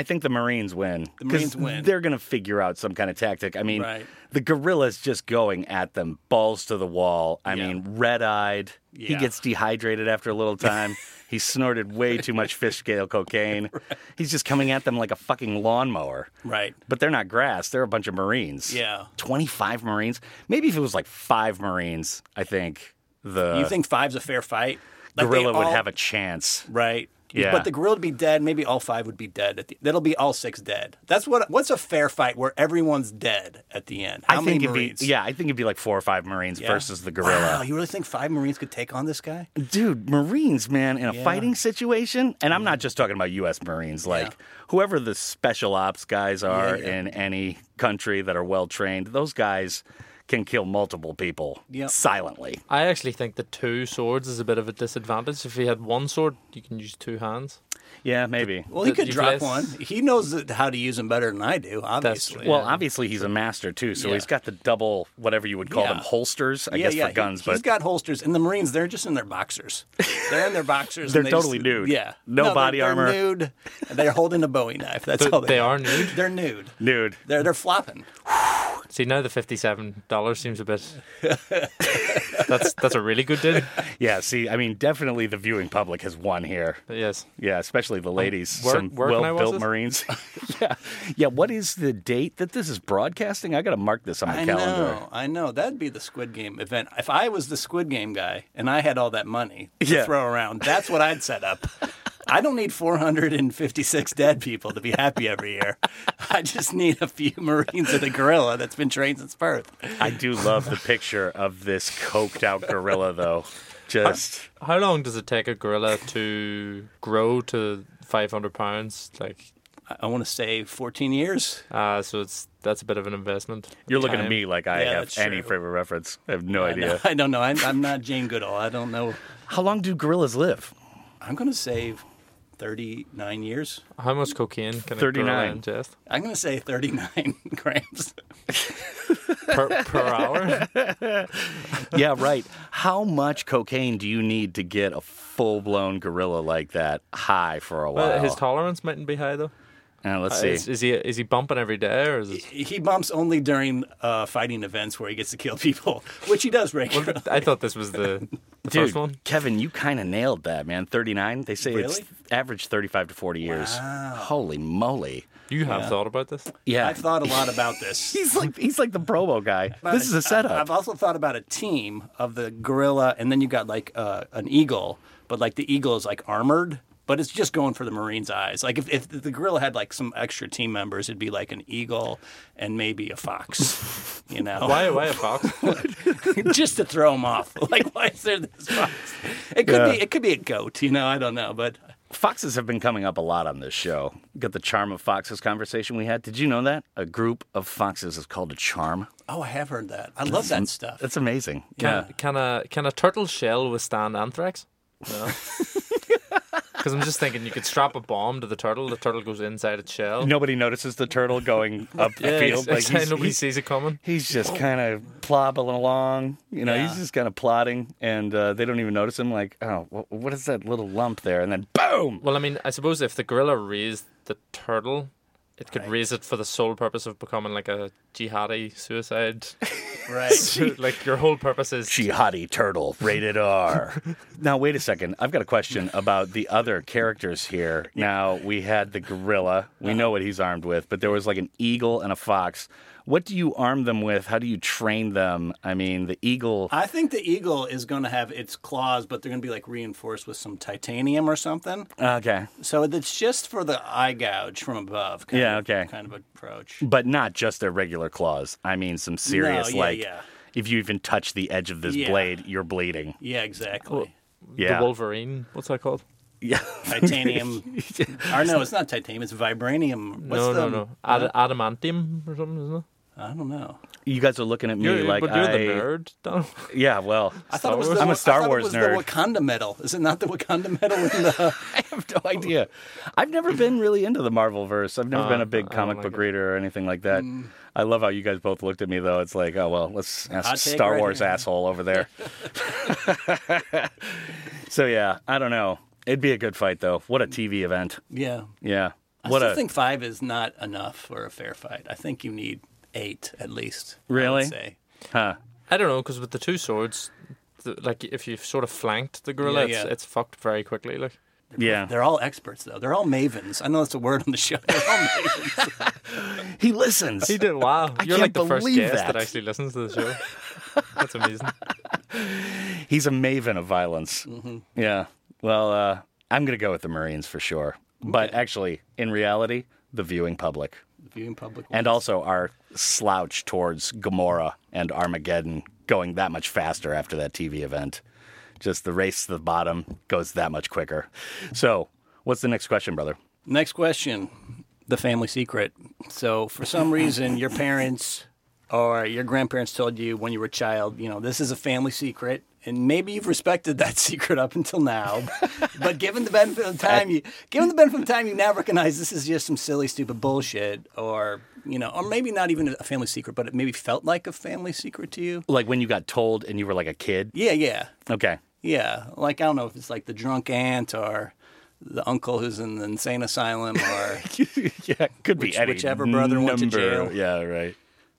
Speaker 5: I think the Marines win. The
Speaker 8: Marines win.
Speaker 5: They're going to figure out some kind of tactic. I mean,
Speaker 8: Right.
Speaker 5: the gorilla's just going at them, balls to the wall. I
Speaker 8: Yeah.
Speaker 5: mean, red eyed. He
Speaker 8: Yeah.
Speaker 5: gets dehydrated after a little time. he snorted way too much fish scale cocaine. He's just coming at them like a fucking lawnmower.
Speaker 8: Right.
Speaker 5: But they're not grass. They're a bunch of Marines.
Speaker 8: Yeah.
Speaker 5: 25 Marines. Maybe if it was like five Marines, I think the
Speaker 8: you think five's a fair fight? Like, they
Speaker 5: Uh, gorilla would
Speaker 8: all-
Speaker 5: have a chance.
Speaker 8: right.
Speaker 5: Yeah.
Speaker 8: But the gorilla would be dead. Maybe all five would be dead. At the, that'll be all six dead. That's what. What's a fair fight where everyone's dead at the end? How
Speaker 5: I
Speaker 8: many
Speaker 5: think it'd
Speaker 8: Marines?
Speaker 5: be yeah. I think it'd be like four or five Marines
Speaker 8: Yeah?
Speaker 5: versus the gorilla.
Speaker 8: Wow, you really think five Marines could take on this guy?
Speaker 5: dude, Marines, man, in a
Speaker 8: Yeah.
Speaker 5: fighting situation, and I'm not just talking about U.S. Marines, like whoever the special ops guys are
Speaker 8: Yeah, yeah.
Speaker 5: in any country that are well trained, those guys can kill multiple people
Speaker 8: Yep.
Speaker 5: silently.
Speaker 6: I actually think the two swords is a bit of a disadvantage. If he had one sword, you can use two hands.
Speaker 5: Yeah, maybe.
Speaker 8: Well, he
Speaker 6: Did
Speaker 8: could
Speaker 6: you
Speaker 8: drop
Speaker 6: guys-
Speaker 8: one. He knows that- how to use them better than I do. Obviously.
Speaker 6: true.
Speaker 5: Well, obviously he's a master too, so
Speaker 6: Yeah.
Speaker 5: he's got the double whatever you would call them
Speaker 8: Yeah.
Speaker 5: holsters, I
Speaker 8: yeah,
Speaker 5: guess
Speaker 8: yeah.
Speaker 5: for guns,
Speaker 8: he,
Speaker 5: but
Speaker 8: has got holsters, and the Marines they're just in their boxers. They're in their boxers.
Speaker 5: They're
Speaker 8: and they
Speaker 5: totally
Speaker 8: just,
Speaker 5: nude.
Speaker 8: Yeah,
Speaker 5: No
Speaker 8: they're-
Speaker 5: body
Speaker 8: they're
Speaker 5: armor.
Speaker 8: Nude. They're holding a Bowie knife. That's
Speaker 6: They-
Speaker 8: all they,
Speaker 6: they are nude?
Speaker 8: They're nude.
Speaker 5: dude,
Speaker 8: They're they're flopping.
Speaker 6: See, now the fifty-seven dollars seems a bit. that's that's a really good deal.
Speaker 5: yeah, see, I mean, definitely the viewing public has won here.
Speaker 6: Yes.
Speaker 5: Yeah, especially the ladies,
Speaker 6: Um, where-
Speaker 5: some
Speaker 6: where can I watch
Speaker 5: well-built
Speaker 6: this?
Speaker 5: Marines. yeah, yeah. What is the date that this is broadcasting? I got to mark this on my
Speaker 8: I
Speaker 5: calendar.
Speaker 8: know. I know. That'd be the Squid Game event. If I was the Squid Game guy and I had all that money to
Speaker 5: Yeah.
Speaker 8: throw around, that's what I'd set up. I don't need 456 dead people to be happy every year. I just need a few Marines and a gorilla that's been trained since birth.
Speaker 5: I do love the picture of this coked-out gorilla, though. Just
Speaker 6: How long does it take a gorilla to grow to five hundred pounds? Like,
Speaker 8: I, I want to say 14 years.
Speaker 6: uh, so it's that's a bit of an investment. of
Speaker 5: you're looking at
Speaker 6: time.
Speaker 5: me like I
Speaker 8: Yeah,
Speaker 5: have
Speaker 8: that's
Speaker 5: any
Speaker 8: true.
Speaker 5: favorite reference. I have no idea.
Speaker 8: I don't know. I'm, I'm not Jane Goodall. I don't know.
Speaker 5: How long do gorillas live?
Speaker 8: I'm going to say 39 years.
Speaker 6: How much cocaine can a gorilla
Speaker 5: 39.
Speaker 6: ingest
Speaker 8: I'm going to say 39 grams.
Speaker 6: per, per hour?
Speaker 5: yeah, right. How much cocaine do you need to get a full-blown gorilla like that high for a while?
Speaker 6: Well, his tolerance mightn't be high though.
Speaker 5: Uh, let's
Speaker 6: Uh,
Speaker 5: see.
Speaker 6: Is, is he is he bumping every day or is it?
Speaker 8: He bumps only during uh, fighting events where he gets to kill people, which he does regularly.
Speaker 6: I thought this was the, the
Speaker 5: Dude,
Speaker 6: first one.
Speaker 5: Kevin, you kind of nailed that, man. 39. They say it's
Speaker 8: Really?
Speaker 5: average 35 to 40 years. Holy moly.
Speaker 6: You have thought about this?
Speaker 5: Yeah.
Speaker 8: I've thought a lot about this.
Speaker 5: he's like he's like the promo guy.
Speaker 8: But
Speaker 5: this is a setup.
Speaker 8: I, have also thought about a team of the gorilla, and then you got like uh, an eagle, but like the eagle is like armored, but it's just going for the Marine's eyes. Like if, if the gorilla had like some extra team members, it'd be like an eagle and maybe a fox, you know?
Speaker 6: Why why a fox?
Speaker 8: just to throw him off. Like why is there this fox? It could
Speaker 5: Yeah.
Speaker 8: be it could be a goat, you know? I don't know, but
Speaker 5: Foxes have been coming up a lot on this show. Got the charm of foxes conversation we had. Did you know that a group of foxes is called a charm?
Speaker 8: oh, I have heard that. I love that stuff.
Speaker 5: That's amazing.
Speaker 6: Can, can a can a turtle shell withstand anthrax? No. Because I'm just thinking, you could strap a bomb to the turtle. The turtle goes inside its shell.
Speaker 5: Nobody notices the turtle going up the
Speaker 6: yeah,
Speaker 5: field.
Speaker 6: it's,
Speaker 5: Like
Speaker 6: it's-
Speaker 5: he's,
Speaker 6: nobody
Speaker 5: he's-
Speaker 6: sees it coming.
Speaker 5: he's just kind of plobbling along. You know, he's
Speaker 8: Oh. Yeah.
Speaker 5: just kind of plodding, and uh, they don't even notice him. Like, oh, wh- what is that little lump there? And then boom.
Speaker 6: Well, I mean, I suppose if the gorilla raised the turtle, it could raise it for the sole purpose of becoming like a jihadi suicide.
Speaker 8: Right.
Speaker 6: like your whole purpose is
Speaker 5: Jihadi turtle, rated R. now, wait a second. I've got a question about the other characters here.
Speaker 8: Uh-huh.
Speaker 5: Now, we had the gorilla. We know what he's armed with, but there was like an eagle and a fox. What do you arm them with? How do you train them? I mean, the eagle.
Speaker 8: I think the eagle is going to have its claws, but they're going to be like reinforced with some titanium or something.
Speaker 5: Okay.
Speaker 8: So it's just for the eye gouge from above. Kind
Speaker 5: Yeah,
Speaker 8: of,
Speaker 5: okay.
Speaker 8: Kind of approach.
Speaker 5: But not just their regular claws. I mean, some serious,
Speaker 8: yeah,
Speaker 5: like,
Speaker 8: yeah.
Speaker 5: if you even touch the edge of this
Speaker 8: Yeah.
Speaker 5: blade, you're bleeding.
Speaker 8: Yeah, exactly.
Speaker 5: Yeah.
Speaker 6: The Wolverine. What's that called?
Speaker 5: Yeah.
Speaker 8: Titanium. or no, it's not titanium. It's vibranium. What's
Speaker 6: no,
Speaker 8: the,
Speaker 6: no, no, Ad- Adamantium or something, isn't it?
Speaker 8: I don't know.
Speaker 5: You guys are looking at me
Speaker 6: You're,
Speaker 5: like
Speaker 6: but you're
Speaker 5: I.
Speaker 6: the nerd, Donald.
Speaker 5: Yeah, well,
Speaker 8: I thought it was
Speaker 6: Wars?
Speaker 8: the,
Speaker 5: I'm a
Speaker 8: I
Speaker 5: Star
Speaker 8: thought
Speaker 5: Wars
Speaker 8: it was
Speaker 5: nerd.
Speaker 8: The Wakanda medal. Is it not the Wakanda medal? In the...
Speaker 5: I have no idea. I've never been really into the Marvel verse. I've never been a big
Speaker 6: Uh, I don't
Speaker 5: comic
Speaker 6: like
Speaker 5: book
Speaker 6: it. Mm.
Speaker 5: reader or anything like that. I love how you guys both looked at me though. It's like, oh well, let's ask
Speaker 8: Hot take
Speaker 5: Star
Speaker 8: right
Speaker 5: Wars
Speaker 8: here.
Speaker 5: asshole over there. so yeah, I don't know. It'd be a good fight though. What a TV event.
Speaker 8: yeah.
Speaker 5: Yeah.
Speaker 8: I
Speaker 5: What
Speaker 8: still
Speaker 5: a
Speaker 8: think five is not enough for a fair fight. I think you need eight at least. I would
Speaker 5: Really?
Speaker 8: say.
Speaker 5: huh.
Speaker 6: I don't know because with the two swords, the, like if you've sort of flanked the gorilla,
Speaker 8: Yeah,
Speaker 6: it's,
Speaker 8: yeah.
Speaker 6: it's fucked very quickly. Like
Speaker 5: Yeah.
Speaker 8: They're all experts though. They're all mavens. I know that's a word on the show. They're all mavens.
Speaker 5: He listens.
Speaker 6: he did. Wow,
Speaker 5: I
Speaker 6: you're
Speaker 5: can't
Speaker 6: like the first
Speaker 5: believe
Speaker 6: guest that.
Speaker 5: that.
Speaker 6: actually listens to the show. That's amazing.
Speaker 5: He's a maven of violence. Yeah. Well, uh, I'm gonna go with the Marines for sure. But actually, in reality, the viewing public.
Speaker 8: Viewing public.
Speaker 5: and also our slouch towards Gamora and Armageddon going that much faster after that TV event. Just the race to the bottom goes that much quicker. So, what's the next question, brother?
Speaker 8: Next question the family secret. So, for some reason, your parents or your grandparents told you when you were a child, you know, this is a family secret. And maybe you've respected that secret up until now, but given the benefit of time, you given the benefit of time, you now recognize this is just some silly, stupid bullshit, or you know, or maybe not even a family secret, but it maybe felt like a family secret to you.
Speaker 5: Like when you got told and you were like a kid?
Speaker 8: Yeah, yeah,
Speaker 5: Okay.
Speaker 8: yeah. Like I don't know if it's like the drunk aunt or the uncle who's in the insane asylum, or
Speaker 5: yeah, could be
Speaker 8: Which-
Speaker 5: any
Speaker 8: whichever brother went to
Speaker 5: number.
Speaker 8: jail.
Speaker 5: Yeah, right.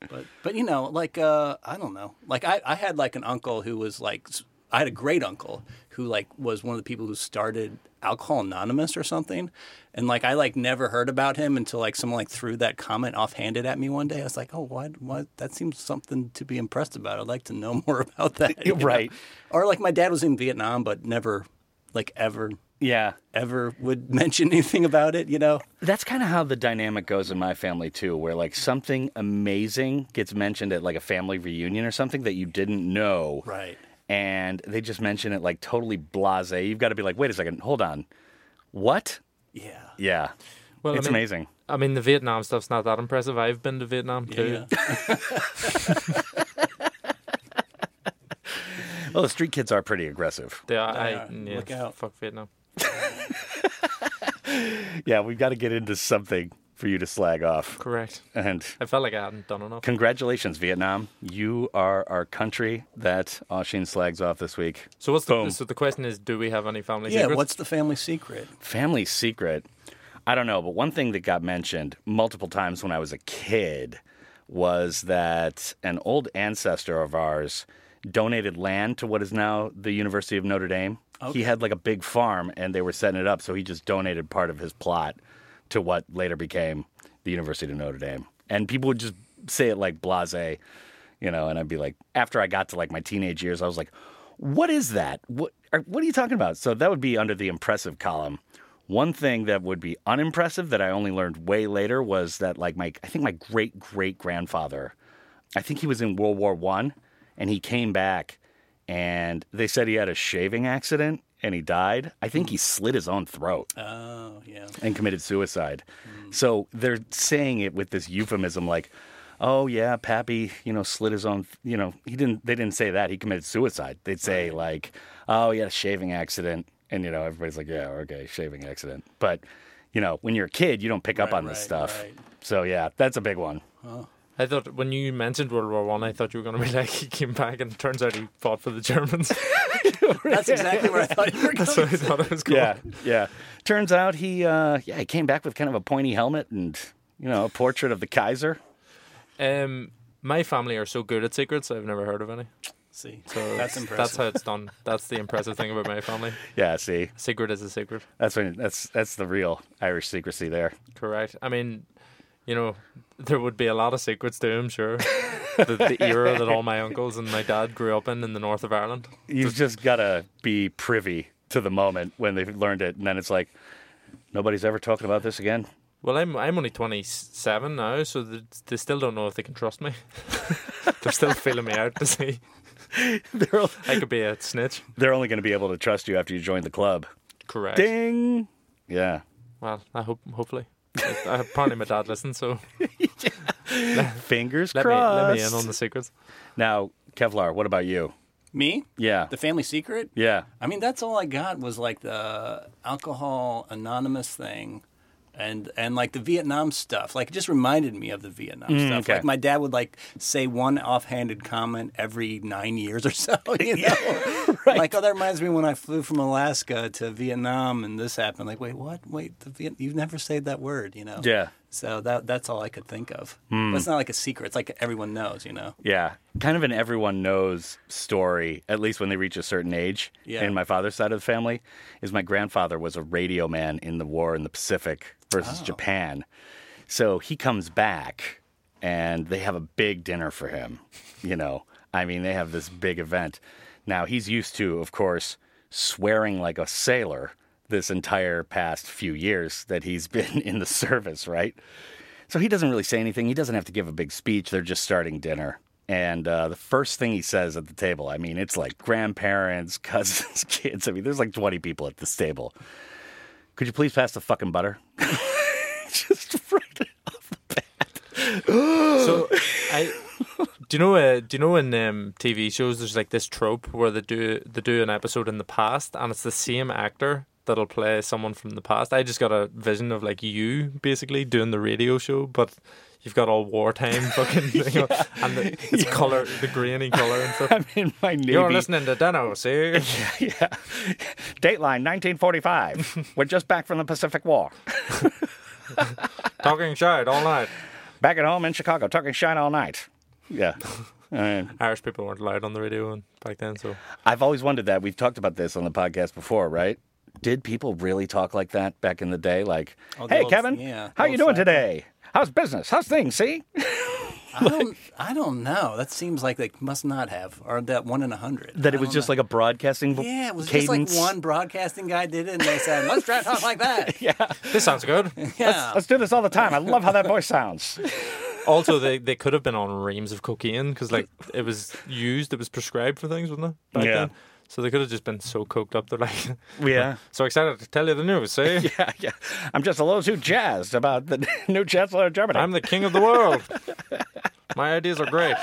Speaker 8: But but you know, like uh, I don't know. Like I, I had like an uncle who was like s- I had a great uncle who like was one of the people who started Alcohol Anonymous or something. And like I like never heard about him until like someone like threw that comment offhanded at me one day. I was like, Oh, why why that seems something to be impressed about. I'd like to know more about that. you know?
Speaker 5: Right.
Speaker 8: Or like my dad was in Vietnam but never like ever
Speaker 5: Yeah.
Speaker 8: ever would mention anything about it, you know?
Speaker 5: That's kind of how the dynamic goes in my family too, where like something amazing gets mentioned at like a family reunion or something that you didn't know.
Speaker 8: Right.
Speaker 5: And they just mention it like totally blase. You've got to be like, wait a second, hold on. What?
Speaker 8: Yeah.
Speaker 5: Yeah.
Speaker 6: Well,
Speaker 5: it's
Speaker 6: I mean,
Speaker 5: amazing.
Speaker 6: I mean, the Vietnam stuff's not that impressive. I've been to Vietnam too.
Speaker 8: yeah.
Speaker 5: Well, the street kids are pretty aggressive.
Speaker 6: They are, I,
Speaker 8: are.
Speaker 6: yeah,
Speaker 8: Look out.
Speaker 6: Fuck Vietnam.
Speaker 5: Yeah, we've got to get into something for you to slag off.
Speaker 6: Correct.
Speaker 5: And
Speaker 6: I felt like I hadn't done enough.
Speaker 5: congratulations, Vietnam. You are our country that Oshin slags off this week.
Speaker 6: So what's the
Speaker 5: Boom.
Speaker 6: so the question is, do we have any family
Speaker 8: Yeah,
Speaker 6: secrets?
Speaker 8: what's the family secret?
Speaker 5: Family secret. I don't know, but one thing that got mentioned multiple times when I was a kid was that an old ancestor of ours donated land to what is now the University of Notre Dame. He had like a big farm and they were setting it up, so he just donated part of his plot to what later became the University of Notre Dame. And people would just say it like blase, you know, and I'd be like, after I got to like my teenage years, I was like, what is that? What are, what are you talking about? So that would be under the impressive column. One thing that would be unimpressive that I only learned way later was that like my I think my great great grandfather, I think he was in World War One, and he came back, and they said he had a shaving accident and he died. I think he slit his own throat
Speaker 8: Oh, yeah.
Speaker 5: and committed suicide. So they're saying it with this euphemism like, "Oh yeah, Pappy, you know, slit his own, you know, he didn't they didn't say that, he committed suicide." They'd say like, "Oh, yeah, shaving accident." And you know, everybody's like, "Yeah, okay, shaving accident." But, you know, when you're a kid, you don't pick up on this
Speaker 8: right,
Speaker 5: stuff.
Speaker 8: right.
Speaker 5: So yeah, that's a big one.
Speaker 6: I thought when you mentioned World War One, I, thought you were going to be like he came back and it turns out he fought for the Germans.
Speaker 8: That's exactly where I thought you were going.
Speaker 6: so I thought it was cool.
Speaker 5: Yeah, yeah. Turns out he uh yeah, he came back with kind of a pointy helmet and, you know, a portrait of the Kaiser.
Speaker 6: Um, my family are so good at secrets. I've never heard of any.
Speaker 8: See,
Speaker 6: So
Speaker 8: that's
Speaker 6: That's
Speaker 8: impressive.
Speaker 6: how it's done. That's the impressive thing about my family.
Speaker 5: Yeah, see.
Speaker 6: Secret is a secret.
Speaker 5: That's when that's that's the real Irish secrecy there.
Speaker 6: Correct. I mean, you know, there would be a lot of secrets to him, sure. the, the era that all my uncles and my dad grew up in in the north of Ireland.
Speaker 5: You've just got to be privy to the moment when they've learned it. And then it's like, nobody's ever talking about this again.
Speaker 6: Well, I'm I'm only 27 now, so th- they still don't know if they can trust me. They're still feeling me out to see
Speaker 5: They're, all,
Speaker 6: I could be a snitch.
Speaker 5: they're only going to be able to trust you after you join the club.
Speaker 6: Correct.
Speaker 5: Ding. Yeah.
Speaker 6: Well, I hope hopefully. I- I- apparently, my dad listened, so
Speaker 5: Fingers
Speaker 6: let me
Speaker 5: crossed.
Speaker 6: let me in on the secrets.
Speaker 5: Now, Kevlar, what about you?
Speaker 8: Me?
Speaker 5: Yeah.
Speaker 8: The family secret?
Speaker 5: yeah.
Speaker 8: I mean, that's all I got was like the alcohol anonymous thing. And, and like the Vietnam stuff, like it just reminded me of the Vietnam stuff.
Speaker 5: Mm, okay.
Speaker 8: Like my dad would like say one offhanded comment every nine years or so, you know? Like, oh, that reminds me when I flew from Alaska to Vietnam and this happened. Like, wait, what? Wait, the Viet- you never say that word, you know?
Speaker 5: Yeah. Hmm.
Speaker 8: So that that's all I could think of. But it's not like a secret. It's like everyone knows, you know?
Speaker 5: Yeah. Kind of an everyone knows story, at least when they reach a certain age.
Speaker 8: Yeah.
Speaker 5: In my father's side of the family, is my grandfather was a radio man in the war in the Pacific versus Japan. So he comes back and they have a big dinner for him. You know, I mean, they have this big event. Now, he's used to, of course, swearing like a sailor this entire past few years that he's been in the service, right? So he doesn't really say anything. He doesn't have to give a big speech. They're just starting dinner. And uh, the first thing he says at the table, I mean, it's like grandparents, cousins, kids. I mean, there's like 20 people at this table. Could you please pass the fucking butter? just right off the bat.
Speaker 6: So, I do you know uh, do you know in um, TV shows there's like this trope where they do they do an episode in the past and it's the same actor that'll play someone from the past. I just got a vision of like you basically doing the radio show, but you've got all wartime fucking thing on, and the, it's color the grainy color and stuff.
Speaker 5: I'm in my Navy.
Speaker 6: You're listening to Dano, see?
Speaker 5: Yeah. Dateline 1945. We're just back from the Pacific War.
Speaker 6: Talking shit all night.
Speaker 5: Back at home in Chicago, talking shit all night. Yeah. Uh,
Speaker 6: Irish people weren't allowed on the radio and back then, so
Speaker 5: I've always wondered that. We've talked about this on the podcast before, right? Did people really talk like that back in the day? Like,
Speaker 8: Oh, the
Speaker 5: hey,
Speaker 8: old-
Speaker 5: Kevin,
Speaker 8: yeah, the
Speaker 5: how you
Speaker 8: old
Speaker 5: doing
Speaker 8: cycle."
Speaker 5: today? How's business? How's things? See?
Speaker 8: I
Speaker 5: Oh.
Speaker 8: don't, I don't know. That seems like they must not have, or that one in a hundred.
Speaker 5: That
Speaker 8: I
Speaker 5: it was
Speaker 8: don't
Speaker 5: just
Speaker 8: know.
Speaker 5: like a broadcasting vo-
Speaker 8: yeah, it was
Speaker 5: cadence.
Speaker 8: just like one broadcasting guy did it, and they said, "Let's try to talk like that." yeah,
Speaker 6: this sounds good.
Speaker 5: Let's do this all the time. I love how that voice sounds.
Speaker 6: also, they, they could have been on reams of cocaine because like it was used, it was prescribed for things, wasn't it? Back
Speaker 5: Yeah.
Speaker 6: Then? So they could have just been so coked up. They're like,
Speaker 5: Yeah.
Speaker 6: so excited to tell you the news. eh? See,
Speaker 5: yeah, yeah. I'm just a little too jazzed about the new chancellor of Germany.
Speaker 6: I'm the king of the world. My ideas are great.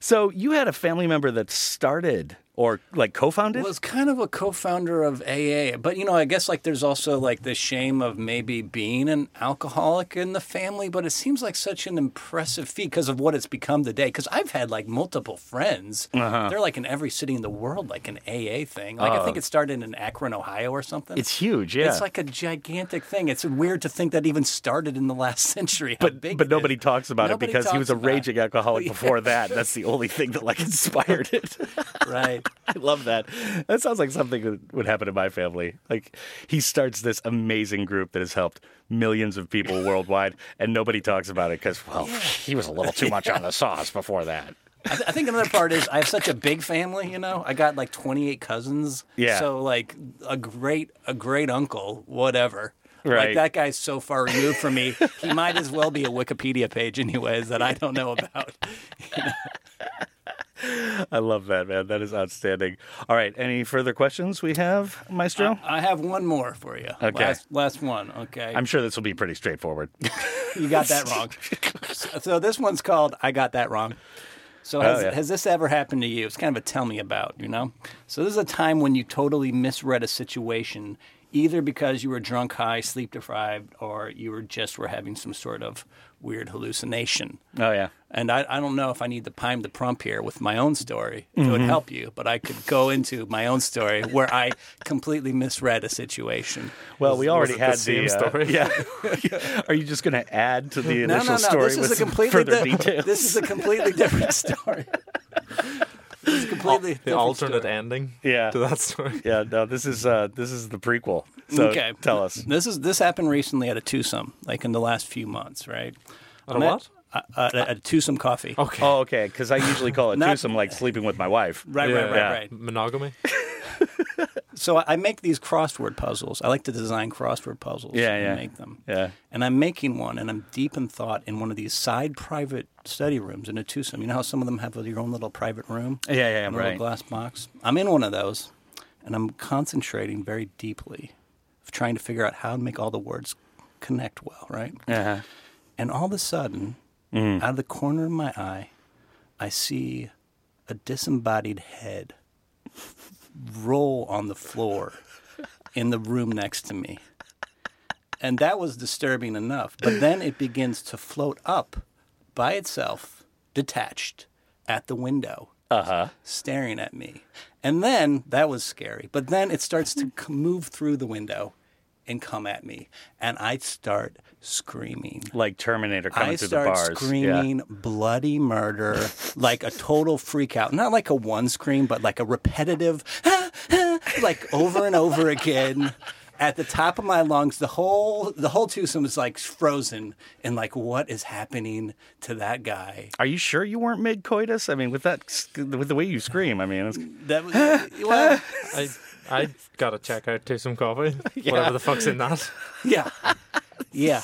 Speaker 5: so you had a family member that started or like co-founded?
Speaker 8: was kind of a co-founder of AA, but you know, I guess like there's also like the shame of maybe being an alcoholic in the family, but it seems like such an impressive feat because of what it's become today. Because I've had like multiple friends;
Speaker 5: Uh-huh.
Speaker 8: they're like in every city in the world, like an AA thing. Like I think it started in Akron, Ohio, or something.
Speaker 5: Oh. it's huge. Yeah.
Speaker 8: It's like a gigantic thing. It's weird to think that even started in the last century. how
Speaker 5: but
Speaker 8: big
Speaker 5: but
Speaker 8: it
Speaker 5: nobody
Speaker 8: is.
Speaker 5: talks about
Speaker 8: Nobody
Speaker 5: it because he
Speaker 8: talks
Speaker 5: was a
Speaker 8: about it.
Speaker 5: raging alcoholic before that. That's the only thing that like inspired it.
Speaker 8: Right.
Speaker 5: I love that. That sounds like something that would happen in my family. Like he starts this amazing group that has helped millions of people worldwide, and nobody talks about it because well, he was a little too much on the sauce before that.
Speaker 8: I, th- I think another part is I have such a big family. You know, I got like 28 cousins.
Speaker 5: Yeah.
Speaker 8: So like a great a great uncle, whatever.
Speaker 5: Right.
Speaker 8: Like that guy's so far removed from me, he might as well be a Wikipedia page, anyways, that I don't know about.
Speaker 5: I love that man. That is outstanding. All right, any further questions we have, Maestro?
Speaker 8: I have one more for you.
Speaker 5: Okay.
Speaker 8: Last, last one. Okay.
Speaker 5: I'm sure this will be pretty straightforward.
Speaker 8: You got that wrong. so, so this one's called I Got That Wrong. So has,
Speaker 5: yeah.
Speaker 8: has this ever happened to you? It's kind of a tell me about, you know? So this is a time when you totally misread a situation, either because you were drunk, high, sleep deprived, or you were just were having some sort of weird hallucination.
Speaker 5: oh yeah.
Speaker 8: And I, I don't know if I need to prime the prompt here with my own story. If It would help you, but I could go into my own story where I completely misread a situation.
Speaker 5: Well, we already
Speaker 6: it the
Speaker 5: had
Speaker 6: same
Speaker 5: the, uh,
Speaker 6: story?
Speaker 5: yeah. Are you just going to add to the initial
Speaker 8: no, no, no.
Speaker 5: story
Speaker 8: this
Speaker 5: with
Speaker 8: is a
Speaker 5: some
Speaker 8: completely
Speaker 5: further
Speaker 8: di-
Speaker 5: details?
Speaker 8: This is a completely different story. It's
Speaker 6: the
Speaker 8: completely different
Speaker 6: alternate
Speaker 8: story.
Speaker 6: ending
Speaker 5: Yeah.
Speaker 6: to that story.
Speaker 5: Yeah, no, this is uh, this is the prequel. So
Speaker 8: okay,
Speaker 5: tell us.
Speaker 8: This is this happened recently at a twosome, like in the last few months, right?
Speaker 6: At
Speaker 8: I'm
Speaker 6: a
Speaker 8: at-
Speaker 6: what?
Speaker 8: Uh, uh, at a twosome coffee.
Speaker 6: Okay.
Speaker 5: Oh, okay, because I usually call it
Speaker 8: Not-
Speaker 5: twosome, like sleeping with my wife.
Speaker 8: Right,
Speaker 6: Yeah.
Speaker 8: right, right,
Speaker 5: Yeah.
Speaker 8: right.
Speaker 6: Monogamy.
Speaker 8: So I I make these crossword puzzles. I like to design crossword puzzles.
Speaker 5: Yeah,
Speaker 8: and
Speaker 5: yeah.
Speaker 8: Make them.
Speaker 5: Yeah.
Speaker 8: And I'm making one, and I'm deep in thought in one of these side private study rooms in a twosome. You know how some of them have your own little private room.
Speaker 5: Yeah, yeah, yeah,
Speaker 8: a
Speaker 5: right.
Speaker 8: Little glass box. I'm in one of those, and I'm concentrating very deeply, of trying to figure out how to make all the words connect well. Right.
Speaker 5: Uh-huh.
Speaker 8: And all of a sudden, out of the corner of my eye, I see a disembodied head roll on the floor in the room next to me. And that was disturbing enough. But then it begins to float up by itself, detached at the window, uh-huh. staring at me. And then that was scary. But then it starts to c- move through the window and come at me. And I start screaming.
Speaker 5: Like Terminator coming
Speaker 8: I
Speaker 5: through
Speaker 8: start
Speaker 5: the bars.
Speaker 8: screaming bloody murder, like a total freak out. Not like a one scream, but like a repetitive, like over and over again. At the top of my lungs, the whole the whole twosome is like frozen and like, what is happening to that guy?
Speaker 5: Are you sure you weren't mid coitus? I mean, with that, with the way you scream, I mean, it's,
Speaker 8: That was well,
Speaker 6: I I gotta check out to some coffee. Whatever the fuck's in that.
Speaker 8: yeah, yeah.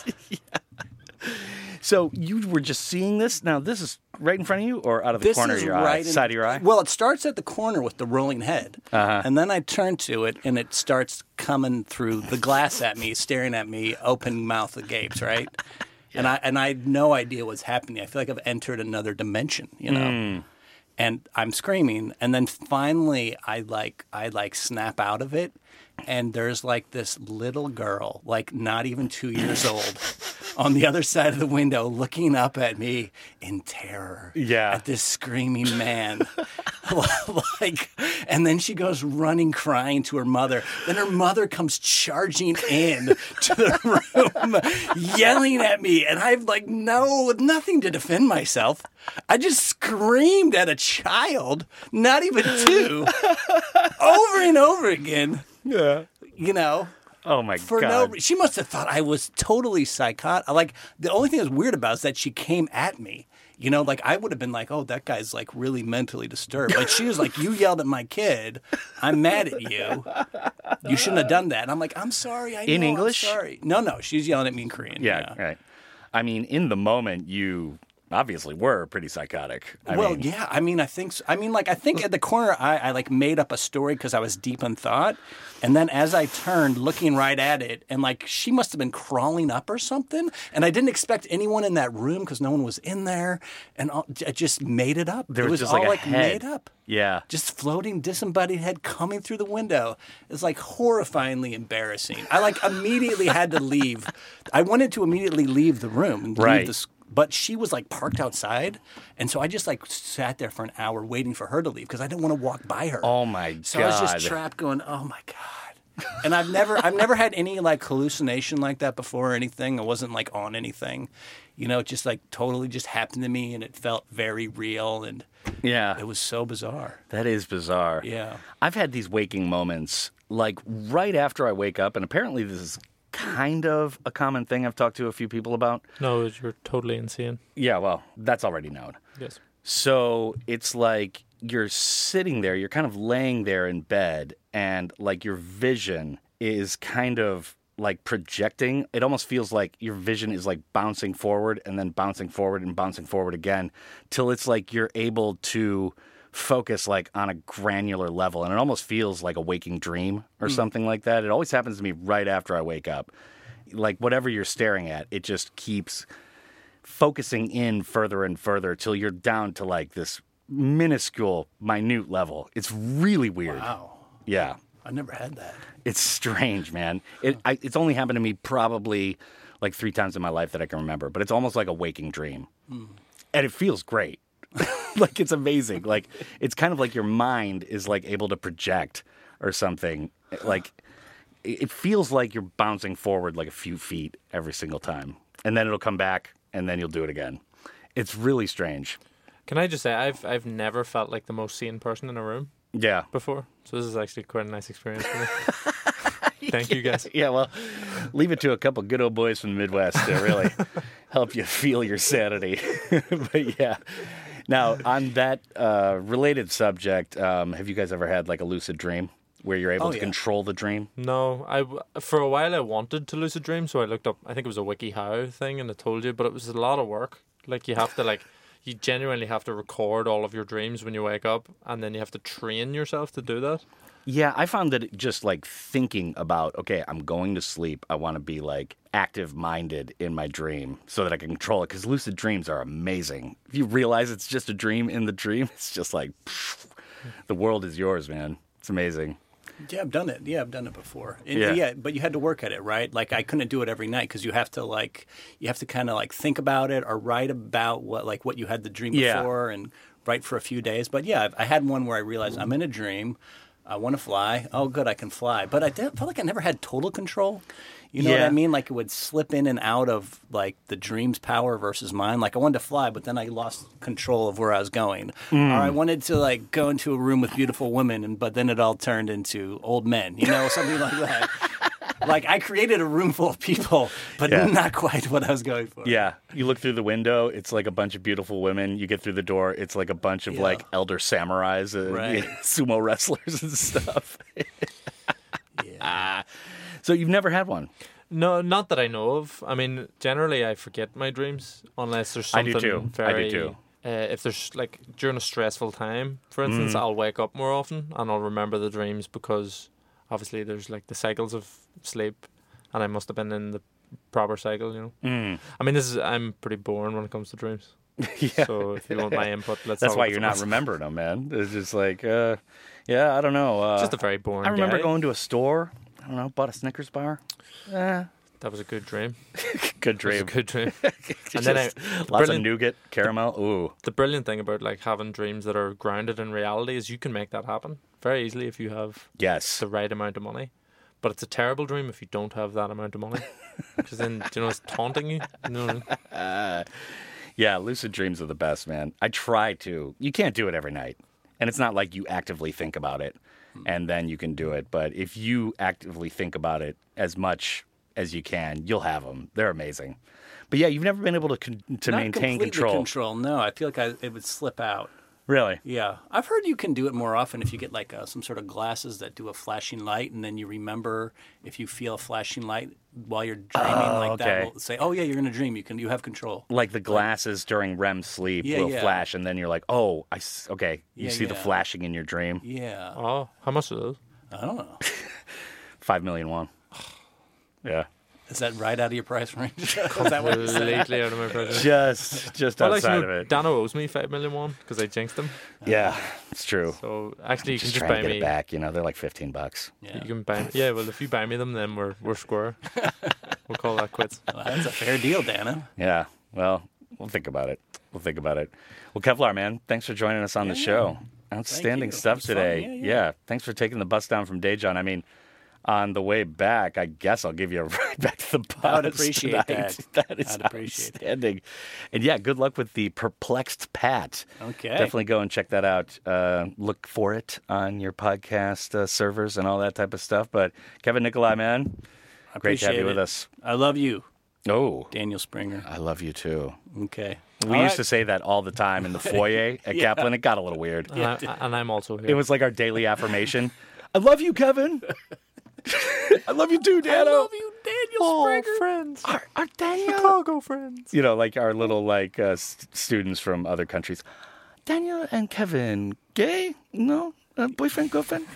Speaker 5: so you were just seeing this. Now this is right in front of you, or out of the corner of your eye,
Speaker 8: in-
Speaker 5: side of your eye. Uh-huh.
Speaker 8: Well, it starts at the corner with the rolling head, and then I turn to it, and it starts coming through the glass at me, staring at me, open mouth agape, right? And I and I had no idea what's happening. I feel like I've entered another dimension, you know.
Speaker 5: Hmm.
Speaker 8: And I'm screaming, and then finally, I like I like snap out of it, and there's like this little girl, like not even two years old, on the other side of the window, looking up at me in terror
Speaker 5: Yeah.
Speaker 8: at this screaming man. like, and then she goes running, crying to her mother. Then her mother comes charging in to the room, yelling at me. And I've like, no, nothing to defend myself. I just screamed at a child, not even two, over and over again.
Speaker 5: yeah.
Speaker 8: You know,
Speaker 5: Oh my
Speaker 8: for
Speaker 5: god.
Speaker 8: no no she must have thought i was totally psychotic like the only thing that's weird about it is that she came at me you know like i would have been like oh that guy's like really mentally disturbed but she was like you yelled at my kid i'm mad at you you shouldn't have done that and i'm like i'm sorry i
Speaker 5: In
Speaker 8: know, I'm
Speaker 5: English?
Speaker 8: sorry no no she's yelling at me in korean
Speaker 5: yeah, Right. I mean, in the moment, you obviously were pretty psychotic. I
Speaker 8: well,
Speaker 5: mean,
Speaker 8: yeah. I mean, I think. So. I mean, like, I think at the corner, I, I like made up a story because I was deep in thought, and then as I turned, looking right at it, and like she must have been crawling up or something, and I didn't expect anyone in that room because no one was in there, and all, I just made it up.
Speaker 5: There
Speaker 8: it
Speaker 5: was
Speaker 8: was
Speaker 5: just,
Speaker 8: all
Speaker 5: like, a head.
Speaker 8: made up.
Speaker 5: Yeah.
Speaker 8: Just floating disembodied head coming through the window is like horrifyingly embarrassing. I like immediately had to leave. I wanted to immediately leave the room, and leave
Speaker 5: Right.
Speaker 8: the s- but she was like parked outside, and so I just like sat there for an hour waiting for her to leave because I didn't want to walk by her.
Speaker 5: Oh my
Speaker 8: So I was
Speaker 5: God.
Speaker 8: just trapped, going, "Oh my god!" And I've never, I've never had any like hallucination like that before or anything. I wasn't like on anything, you know. It just like totally just happened to me, and it felt very real, and
Speaker 5: yeah.
Speaker 8: it was so bizarre.
Speaker 5: That is bizarre.
Speaker 8: Yeah.
Speaker 5: I've had these waking moments like right after I wake up, and apparently this is kind of a common thing I've talked to a few people about.
Speaker 6: No, you're totally insane.
Speaker 5: Yeah, well, that's already known.
Speaker 6: Yes.
Speaker 5: So it's like you're sitting there, you're kind of laying there in bed, and like your vision is kind of like projecting. It almost feels like your vision is like bouncing forward and then bouncing forward and bouncing forward again till it's like you're able to focus like on a granular level. And it almost feels like a waking dream or something like that. It always happens to me right after I wake up. Like whatever you're staring at, it just keeps focusing in further and further till you're down to like this minuscule, minute level. It's really weird.
Speaker 8: Wow,
Speaker 5: Yeah.
Speaker 8: I never had that.
Speaker 5: It's strange, man. It, I, it's only happened to me probably like three times in my life that I can remember, but it's almost like a waking dream. And it feels great. like it's amazing. Like it's kind of like your mind is like able to project or something. Like it it feels like you're bouncing forward like a few feet every single time. And then it'll come back and then you'll do it again. It's really strange.
Speaker 6: Can I just say I've I've never felt like the most sane person in a room
Speaker 5: Yeah.
Speaker 6: before. So this is actually quite a nice experience for me. Thank you guys.
Speaker 5: Yeah, well, leave it to a couple good old boys from the Midwest to really help you feel your sanity. but yeah. Now, on that uh, related subject, um, have you guys ever had like a lucid dream where you're able
Speaker 8: Oh,
Speaker 5: to
Speaker 8: yeah.
Speaker 5: control the dream?
Speaker 6: No, I w- for a while I wanted to lucid dream, so I looked up. I think it was a WikiHow thing, and it told you, but it was a lot of work. Like you have to like, you genuinely have to record all of your dreams when you wake up, and then you have to train yourself to do that.
Speaker 5: Yeah, I found that just like thinking about, okay, I'm going to sleep. I want to be like active minded in my dream so that I can control it because lucid dreams are amazing. If you realize it's just a dream in the dream, it's just like pfft, the world is yours, man. It's amazing.
Speaker 8: Yeah, I've done it. Yeah, I've done it before. And
Speaker 5: Yeah.
Speaker 8: yeah. but you had to work at it, right? Like I couldn't do it every night because you have to like you have to kind of like think about it or write about what like what you had the dream
Speaker 5: Yeah.
Speaker 8: before and write for a few days. But yeah, I've, I had one where I realized I'm in a dream. I want to fly. Oh, good, I can fly. But I did, felt like I never had total control. You know what
Speaker 5: Yeah.
Speaker 8: I mean? Like it would slip in and out of like the dream's power versus mine. Like I wanted to fly, but then I lost control of where I was going. Or
Speaker 5: Mm.
Speaker 8: I wanted to like go into a room with beautiful women, and but then it all turned into old men. You know, something like that. Like I created a room full of people, but
Speaker 5: Yeah.
Speaker 8: not quite what I was going for.
Speaker 5: Yeah. You look through the window, it's like a bunch of beautiful women. You get through the door, it's like a bunch of
Speaker 8: Yeah.
Speaker 5: like elder samurais and
Speaker 8: Right.
Speaker 5: sumo wrestlers and stuff. Ah.
Speaker 8: Yeah.
Speaker 5: so you've never had one.
Speaker 6: No, not that I know of. I mean, generally I forget my dreams unless there's
Speaker 5: I do
Speaker 6: something
Speaker 5: too. I do
Speaker 6: very.
Speaker 5: too. Mm.
Speaker 6: Uh, if there's like during a stressful time, for instance, I'll wake up more often and I'll remember the dreams because obviously there's like the cycles of sleep, and I must have been in the proper cycle, you know.
Speaker 5: Mm.
Speaker 6: I mean, this is I'm pretty boring when it comes to dreams. So if you want my input, let's.
Speaker 5: That's
Speaker 6: talk
Speaker 5: why
Speaker 6: about
Speaker 5: you're
Speaker 6: someone
Speaker 5: not
Speaker 6: else.
Speaker 5: remembering them, man. It's just like, uh, yeah, I don't know. Uh,
Speaker 6: Just a very boring.
Speaker 5: I remember
Speaker 6: guy.
Speaker 5: going to a store. I don't know, bought a Snickers bar.
Speaker 6: That was a good dream.
Speaker 5: Good
Speaker 6: It was a
Speaker 5: dream.
Speaker 6: good dream. and then I,
Speaker 5: Just
Speaker 6: the
Speaker 5: lots of
Speaker 6: brilliant-
Speaker 5: nougat, caramel. Ooh,
Speaker 6: the brilliant thing about like having dreams that are grounded in reality is you can make that happen very easily if you have
Speaker 5: yes.
Speaker 6: the right amount of money. But it's a terrible dream if you don't have that amount of money, because then you know it's taunting you. you know?
Speaker 5: Yeah, lucid dreams are the best, man. I try to. You can't do it every night, and it's not like you actively think about it,
Speaker 8: Hmm.
Speaker 5: and then you can do it. But if you actively think about it as much as you can, you'll have them. They're amazing. But yeah, you've never been able to con- to
Speaker 8: Not
Speaker 5: maintain
Speaker 8: completely
Speaker 5: control.
Speaker 8: Control? No, I feel like I, it would slip out.
Speaker 5: Really?
Speaker 8: Yeah, I've heard you can do it more often if you get like uh, some sort of glasses that do a flashing light, and then you remember if you feel a flashing light while you're dreaming, like
Speaker 5: okay.
Speaker 8: that will say, "Oh yeah, you're in a dream. You can you have control."
Speaker 5: like the glasses during REM sleep
Speaker 8: Yeah,
Speaker 5: will
Speaker 8: yeah.
Speaker 5: flash, and then you're like, oh, I s- okay. You
Speaker 8: Yeah,
Speaker 5: see the
Speaker 8: yeah.
Speaker 5: flashing in your dream.
Speaker 8: Yeah,
Speaker 6: Oh, how much are those?
Speaker 8: I don't know.
Speaker 5: Five million won. Yeah,
Speaker 8: Is that right out of your price range? Is that what you said?
Speaker 6: Completely out of my presence.
Speaker 5: just just
Speaker 6: I'd like to
Speaker 5: outside
Speaker 6: know,
Speaker 5: of it.
Speaker 6: Dano owes me five million one because I jinxed him.
Speaker 5: yeah, it's true.
Speaker 6: So actually, you
Speaker 5: just
Speaker 6: can just
Speaker 5: trying
Speaker 6: buy
Speaker 5: to get
Speaker 6: me.
Speaker 5: it back. You know, they're like fifteen bucks.
Speaker 6: You can buy. Yeah, well, if you buy me them, then we're we're square. we'll call that quits.
Speaker 8: Well, that's a fair deal, Dana.
Speaker 5: Yeah. Well, we'll think about it. We'll think about it. Well, Kevlar, man, thanks for joining us on the show. Outstanding
Speaker 8: you. It
Speaker 5: stuff
Speaker 8: was fun.
Speaker 5: today.
Speaker 8: Yeah,
Speaker 5: Yeah,
Speaker 8: yeah.
Speaker 5: Thanks for taking the bus down from Dajon. I mean, on the way back, I guess I'll give you a ride back to the bus.
Speaker 8: I would appreciate
Speaker 5: tonight.
Speaker 8: that.
Speaker 5: That is
Speaker 8: I'd appreciate that.
Speaker 5: outstanding. And yeah, good luck with the perplexed Pat.
Speaker 8: Okay.
Speaker 5: Definitely go and check that out. Uh, look for it on your podcast uh, servers and all that type of stuff. But Kevin Nikolai, man,
Speaker 8: I
Speaker 5: great to have
Speaker 8: appreciate
Speaker 5: you with
Speaker 8: it.
Speaker 5: us.
Speaker 8: I love you,
Speaker 5: Oh,
Speaker 8: Daniel Springer.
Speaker 5: I love you too.
Speaker 8: Okay.
Speaker 5: We used to say that all the time in the foyer at
Speaker 8: Yeah.
Speaker 5: Kaplan. It got a little weird.
Speaker 6: And, I, and I'm also here.
Speaker 5: It was like our daily affirmation. I love you, Kevin. I love you too, Dano. "Oh, I love you, Daniel Springer.
Speaker 6: friends.
Speaker 5: Our, our Daniel.
Speaker 6: Chicago friends.
Speaker 5: Oh, You know, like our little like uh, s- students from other countries. Daniel and Kevin, gay? No, uh, boyfriend, girlfriend.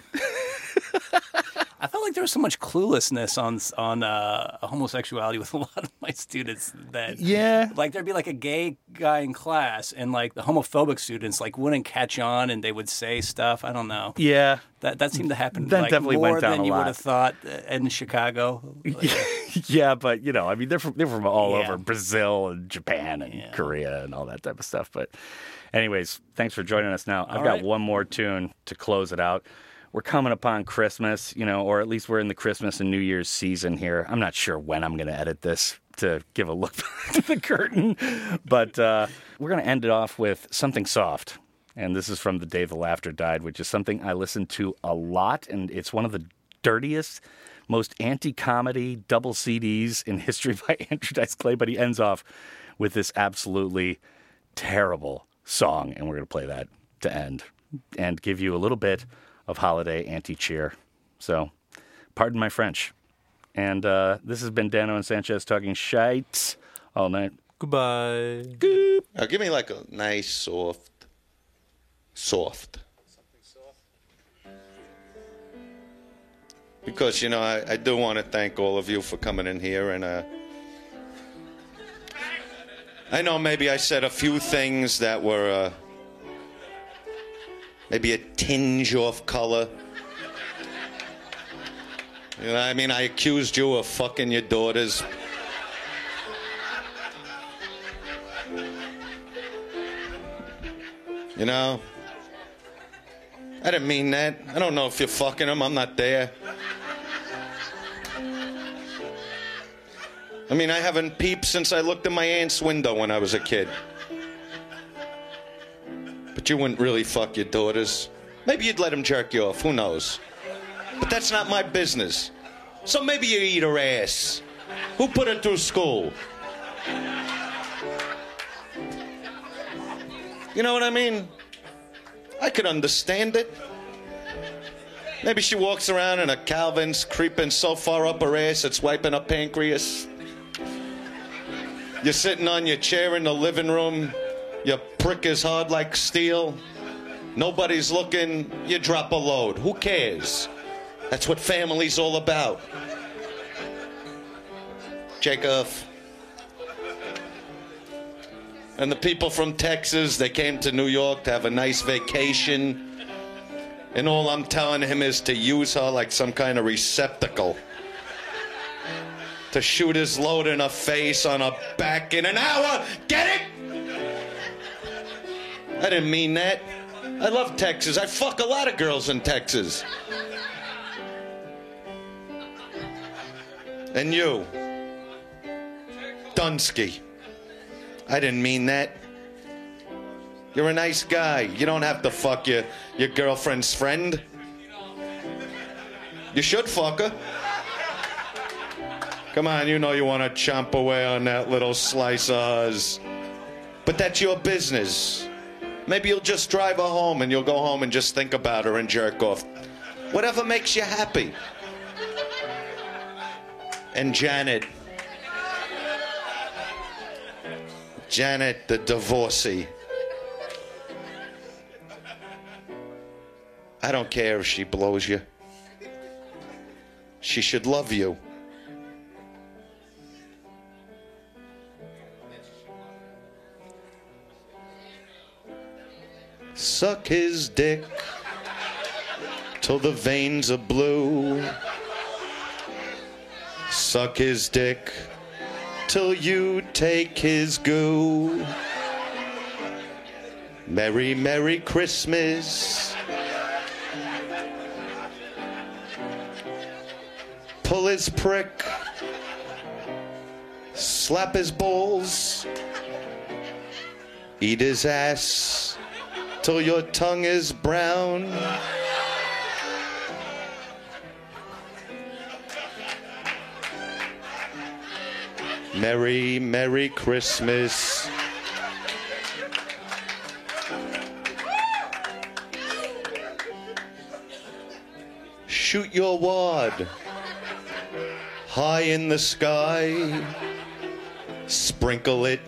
Speaker 8: I felt like there was so much cluelessness on on uh, homosexuality with a lot of my students that
Speaker 5: Yeah.
Speaker 8: like there'd be like a gay guy in class and like the homophobic students like wouldn't catch on and they would say stuff I don't know
Speaker 5: Yeah.
Speaker 8: that that seemed to happen
Speaker 5: That
Speaker 8: like,
Speaker 5: definitely
Speaker 8: more
Speaker 5: went down
Speaker 8: than
Speaker 5: a
Speaker 8: you
Speaker 5: lot.
Speaker 8: would have thought uh, in Chicago Like,
Speaker 5: yeah, but you know, I mean, they're from they're from all
Speaker 8: Yeah.
Speaker 5: over Brazil and Japan and Korea and all that type of stuff. But, anyways, thanks for joining us. Now I've got
Speaker 8: right.
Speaker 5: one more tune to close it out. we're coming upon Christmas, you know, or at least we're in the Christmas and New Year's season here. I'm not sure when I'm going to edit this to give a look behind the curtain, but uh, we're going to end it off with something soft. And this is from The Day the Laughter Died, which is something I listen to a lot. And it's one of the dirtiest, most anti comedy double CDs in history by Andrew Dice Clay. But he ends off with this absolutely terrible song. And we're going to play that to end and give you a little bit of holiday anti cheer. So, pardon my French. And uh, this has been Dano and Sanchez talking shite all night.
Speaker 6: Goodbye.
Speaker 11: Now Uh, give me like a nice soft, soft. Because you know, I, I do want to thank all of you for coming in here, and uh, I know maybe I said a few things that were uh, maybe a tinge off color. You know, what I mean, I accused you of fucking your daughters. You know? I didn't mean that. I don't know if you're fucking them. I'm not there. I mean, I haven't peeped since I looked in my aunt's window when I was a kid. But you wouldn't really fuck your daughters. Maybe you'd let them jerk you off. Who knows? But that's not my business. So maybe you eat her ass. Who put her through school? You know what I mean? I could understand it. Maybe she walks around in a Calvin's creeping so far up her ass it's wiping her pancreas. You're sitting on your chair in the living room. Your prick is hard like steel. Nobody's looking. You drop a load. Who cares? That's what family's all about. Jacob. And the people from Texas, they came to New York to have a nice vacation. And all I'm telling him is to use her like some kind of receptacle. To shoot his load in her face on her back in an hour. Get it? I didn't mean that. I love Texas. I fuck a lot of girls in Texas. And you, Dunsky. I didn't mean that. You're a nice guy. You don't have to fuck your, your girlfriend's friend. You should fuck her. Come on, you know you want to chomp away on that little slice of hers. But that's your business. Maybe you'll just drive her home and you'll go home and just think about her and jerk off. Whatever makes you happy. And Janet. Janet the divorcee. I don't care if she blows you. She should love you. Suck his dick till the veins are blue. Suck his dick till you take his goo. Merry, Merry Christmas. Pull his prick. Slap his balls. Eat his ass till your tongue is brown. Merry, Merry Christmas. Shoot your wad high in the sky. Sprinkle it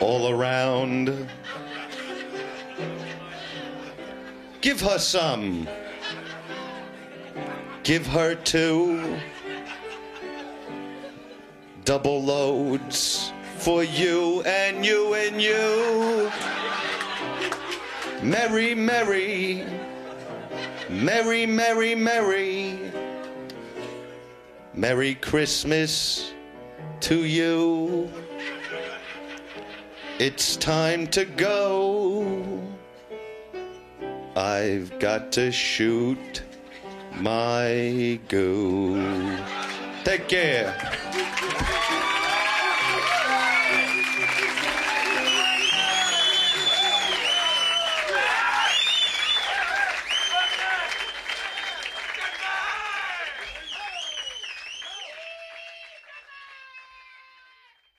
Speaker 11: all around. Give her some. Give her two double loads for you and you and you. Merry, merry, merry, merry, merry, Merry Christmas to you. It's time to go. I've got to shoot my goo. Take care.